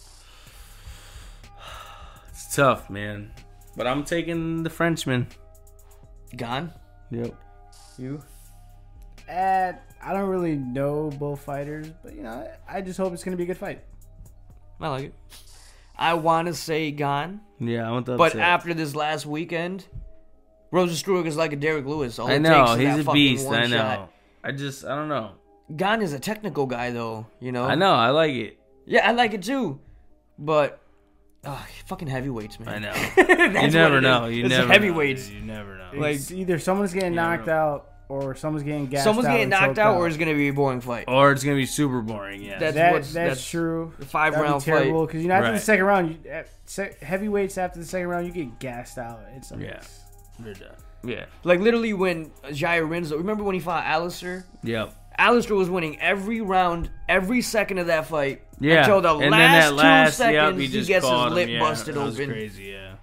Speaker 2: It's tough, man. But I'm taking the Frenchman.
Speaker 1: Gan?
Speaker 2: Yep.
Speaker 1: You?
Speaker 3: Uh, I don't really know both fighters, but you know, I just hope it's gonna be a good fight.
Speaker 1: I like it. I want to say Gan.
Speaker 2: Yeah, I want to.
Speaker 1: But
Speaker 2: upset.
Speaker 1: after this last weekend, Rosenstruik is like a Derek Lewis. All it
Speaker 2: I
Speaker 1: takes
Speaker 2: know
Speaker 1: is that
Speaker 2: he's a
Speaker 1: fucking
Speaker 2: beast.
Speaker 1: One
Speaker 2: I know.
Speaker 1: Shot.
Speaker 2: I just I don't know.
Speaker 1: Gan is a technical guy, though. You know.
Speaker 2: I know. I like it.
Speaker 1: Yeah, I like it too, but ugh, fucking heavyweights, man.
Speaker 2: I know.
Speaker 1: That's
Speaker 2: you
Speaker 1: what it
Speaker 2: never
Speaker 1: is.
Speaker 2: know. You
Speaker 1: It's
Speaker 2: never know,
Speaker 1: heavyweights.
Speaker 2: dude. You never know.
Speaker 1: Like-
Speaker 3: It's either someone's getting
Speaker 2: Yeah, I
Speaker 3: knocked
Speaker 2: don't-
Speaker 3: out, or someone's getting gassed
Speaker 1: Someone's
Speaker 3: out
Speaker 1: getting
Speaker 3: and
Speaker 1: knocked
Speaker 3: choked
Speaker 1: out, or it's gonna be a boring fight.
Speaker 2: or it's gonna be super boring. Yeah.
Speaker 1: That's-
Speaker 3: that,
Speaker 1: what's-
Speaker 3: that's,
Speaker 1: that's
Speaker 3: true.
Speaker 1: a five
Speaker 3: That'd be
Speaker 1: round
Speaker 3: terrible
Speaker 1: fight.
Speaker 3: because you know after
Speaker 2: Right.
Speaker 3: the second round, you, at, se- heavyweights after the second round you get gassed out. It's like,
Speaker 2: yeah. They're done.
Speaker 1: Yeah. Like literally when Jair Renzo. Remember when he fought Alistair?
Speaker 2: Yep.
Speaker 1: Alistair was winning every round, every second of that fight.
Speaker 2: Yeah.
Speaker 1: Until the last
Speaker 2: and then that last,
Speaker 1: two seconds,
Speaker 2: yep, he,
Speaker 1: he,
Speaker 2: just
Speaker 1: gets
Speaker 2: caught
Speaker 1: his
Speaker 2: him.
Speaker 1: lip
Speaker 2: yeah,
Speaker 1: busted
Speaker 2: that was
Speaker 1: open.
Speaker 2: Crazy. Yeah.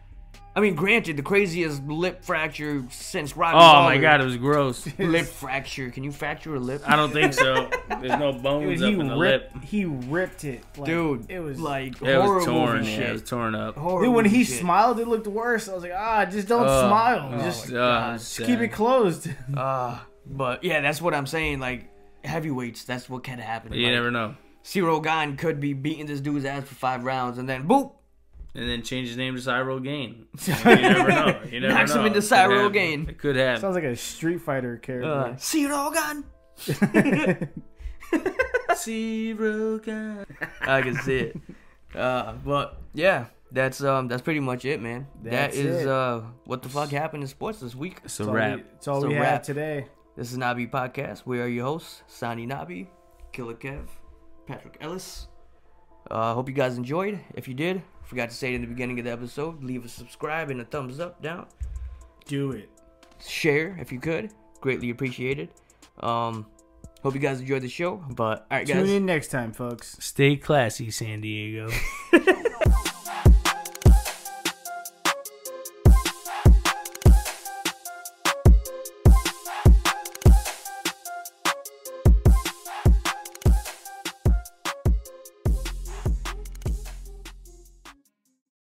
Speaker 1: I mean, granted, the craziest lip fracture since Robbie.
Speaker 2: Oh my
Speaker 1: Lawler.
Speaker 2: god, it was gross.
Speaker 1: Lip fracture. Can you fracture a lip?
Speaker 2: I don't think so. There's no bones
Speaker 3: Dude,
Speaker 2: up
Speaker 3: he
Speaker 2: in the lip.
Speaker 3: ripped. He ripped it, like,
Speaker 1: Dude,
Speaker 3: It was
Speaker 1: like
Speaker 2: It
Speaker 1: horror
Speaker 2: was torn.
Speaker 1: movie
Speaker 2: Yeah,
Speaker 1: shit.
Speaker 2: it was torn up.
Speaker 1: Horror
Speaker 3: Dude, when
Speaker 1: movie
Speaker 3: he
Speaker 1: shit.
Speaker 3: smiled, it looked worse. I was like, ah, just don't
Speaker 2: Uh,
Speaker 3: smile.
Speaker 2: Just,
Speaker 3: just
Speaker 1: my
Speaker 2: uh,
Speaker 1: God.
Speaker 2: just
Speaker 3: keep it closed.
Speaker 1: Ah, but yeah, that's what I'm saying. Like heavyweights, that's what can happen.
Speaker 2: You
Speaker 1: like,
Speaker 2: never know.
Speaker 1: Cyril Gane could be beating this dude's ass for five rounds, and then boop,
Speaker 2: And then change his name to Cyril Gain. You never know. You never
Speaker 1: Knocks him
Speaker 2: know.
Speaker 1: into
Speaker 2: It could
Speaker 1: Cyril
Speaker 2: happen.
Speaker 1: Gain.
Speaker 2: It could happen.
Speaker 3: Sounds like a Street Fighter
Speaker 1: uh,
Speaker 3: character.
Speaker 1: Cyril Gane.
Speaker 2: Cyril Gain.
Speaker 1: I can see it. Uh, but yeah, that's um, that's pretty much it, man. That
Speaker 3: That's
Speaker 1: is
Speaker 3: it.
Speaker 1: uh, what the fuck happened in sports this week.
Speaker 2: It's a
Speaker 3: It's all
Speaker 2: wrap.
Speaker 3: we, it's all
Speaker 1: It's a
Speaker 3: we
Speaker 1: wrap.
Speaker 3: have today.
Speaker 1: This is Nabi Podcast. We are your hosts, Sani Nabi, Killer Kev, Patrick Ellis. Uh, hope you guys enjoyed. If you did, forgot to say it in the beginning of the episode, leave a subscribe and a thumbs up down.
Speaker 3: Do it.
Speaker 1: Share if you could. Greatly appreciated. Um, hope you guys enjoyed the show. But all right, guys.
Speaker 3: Tune in next time, folks.
Speaker 2: Stay classy, San Diego.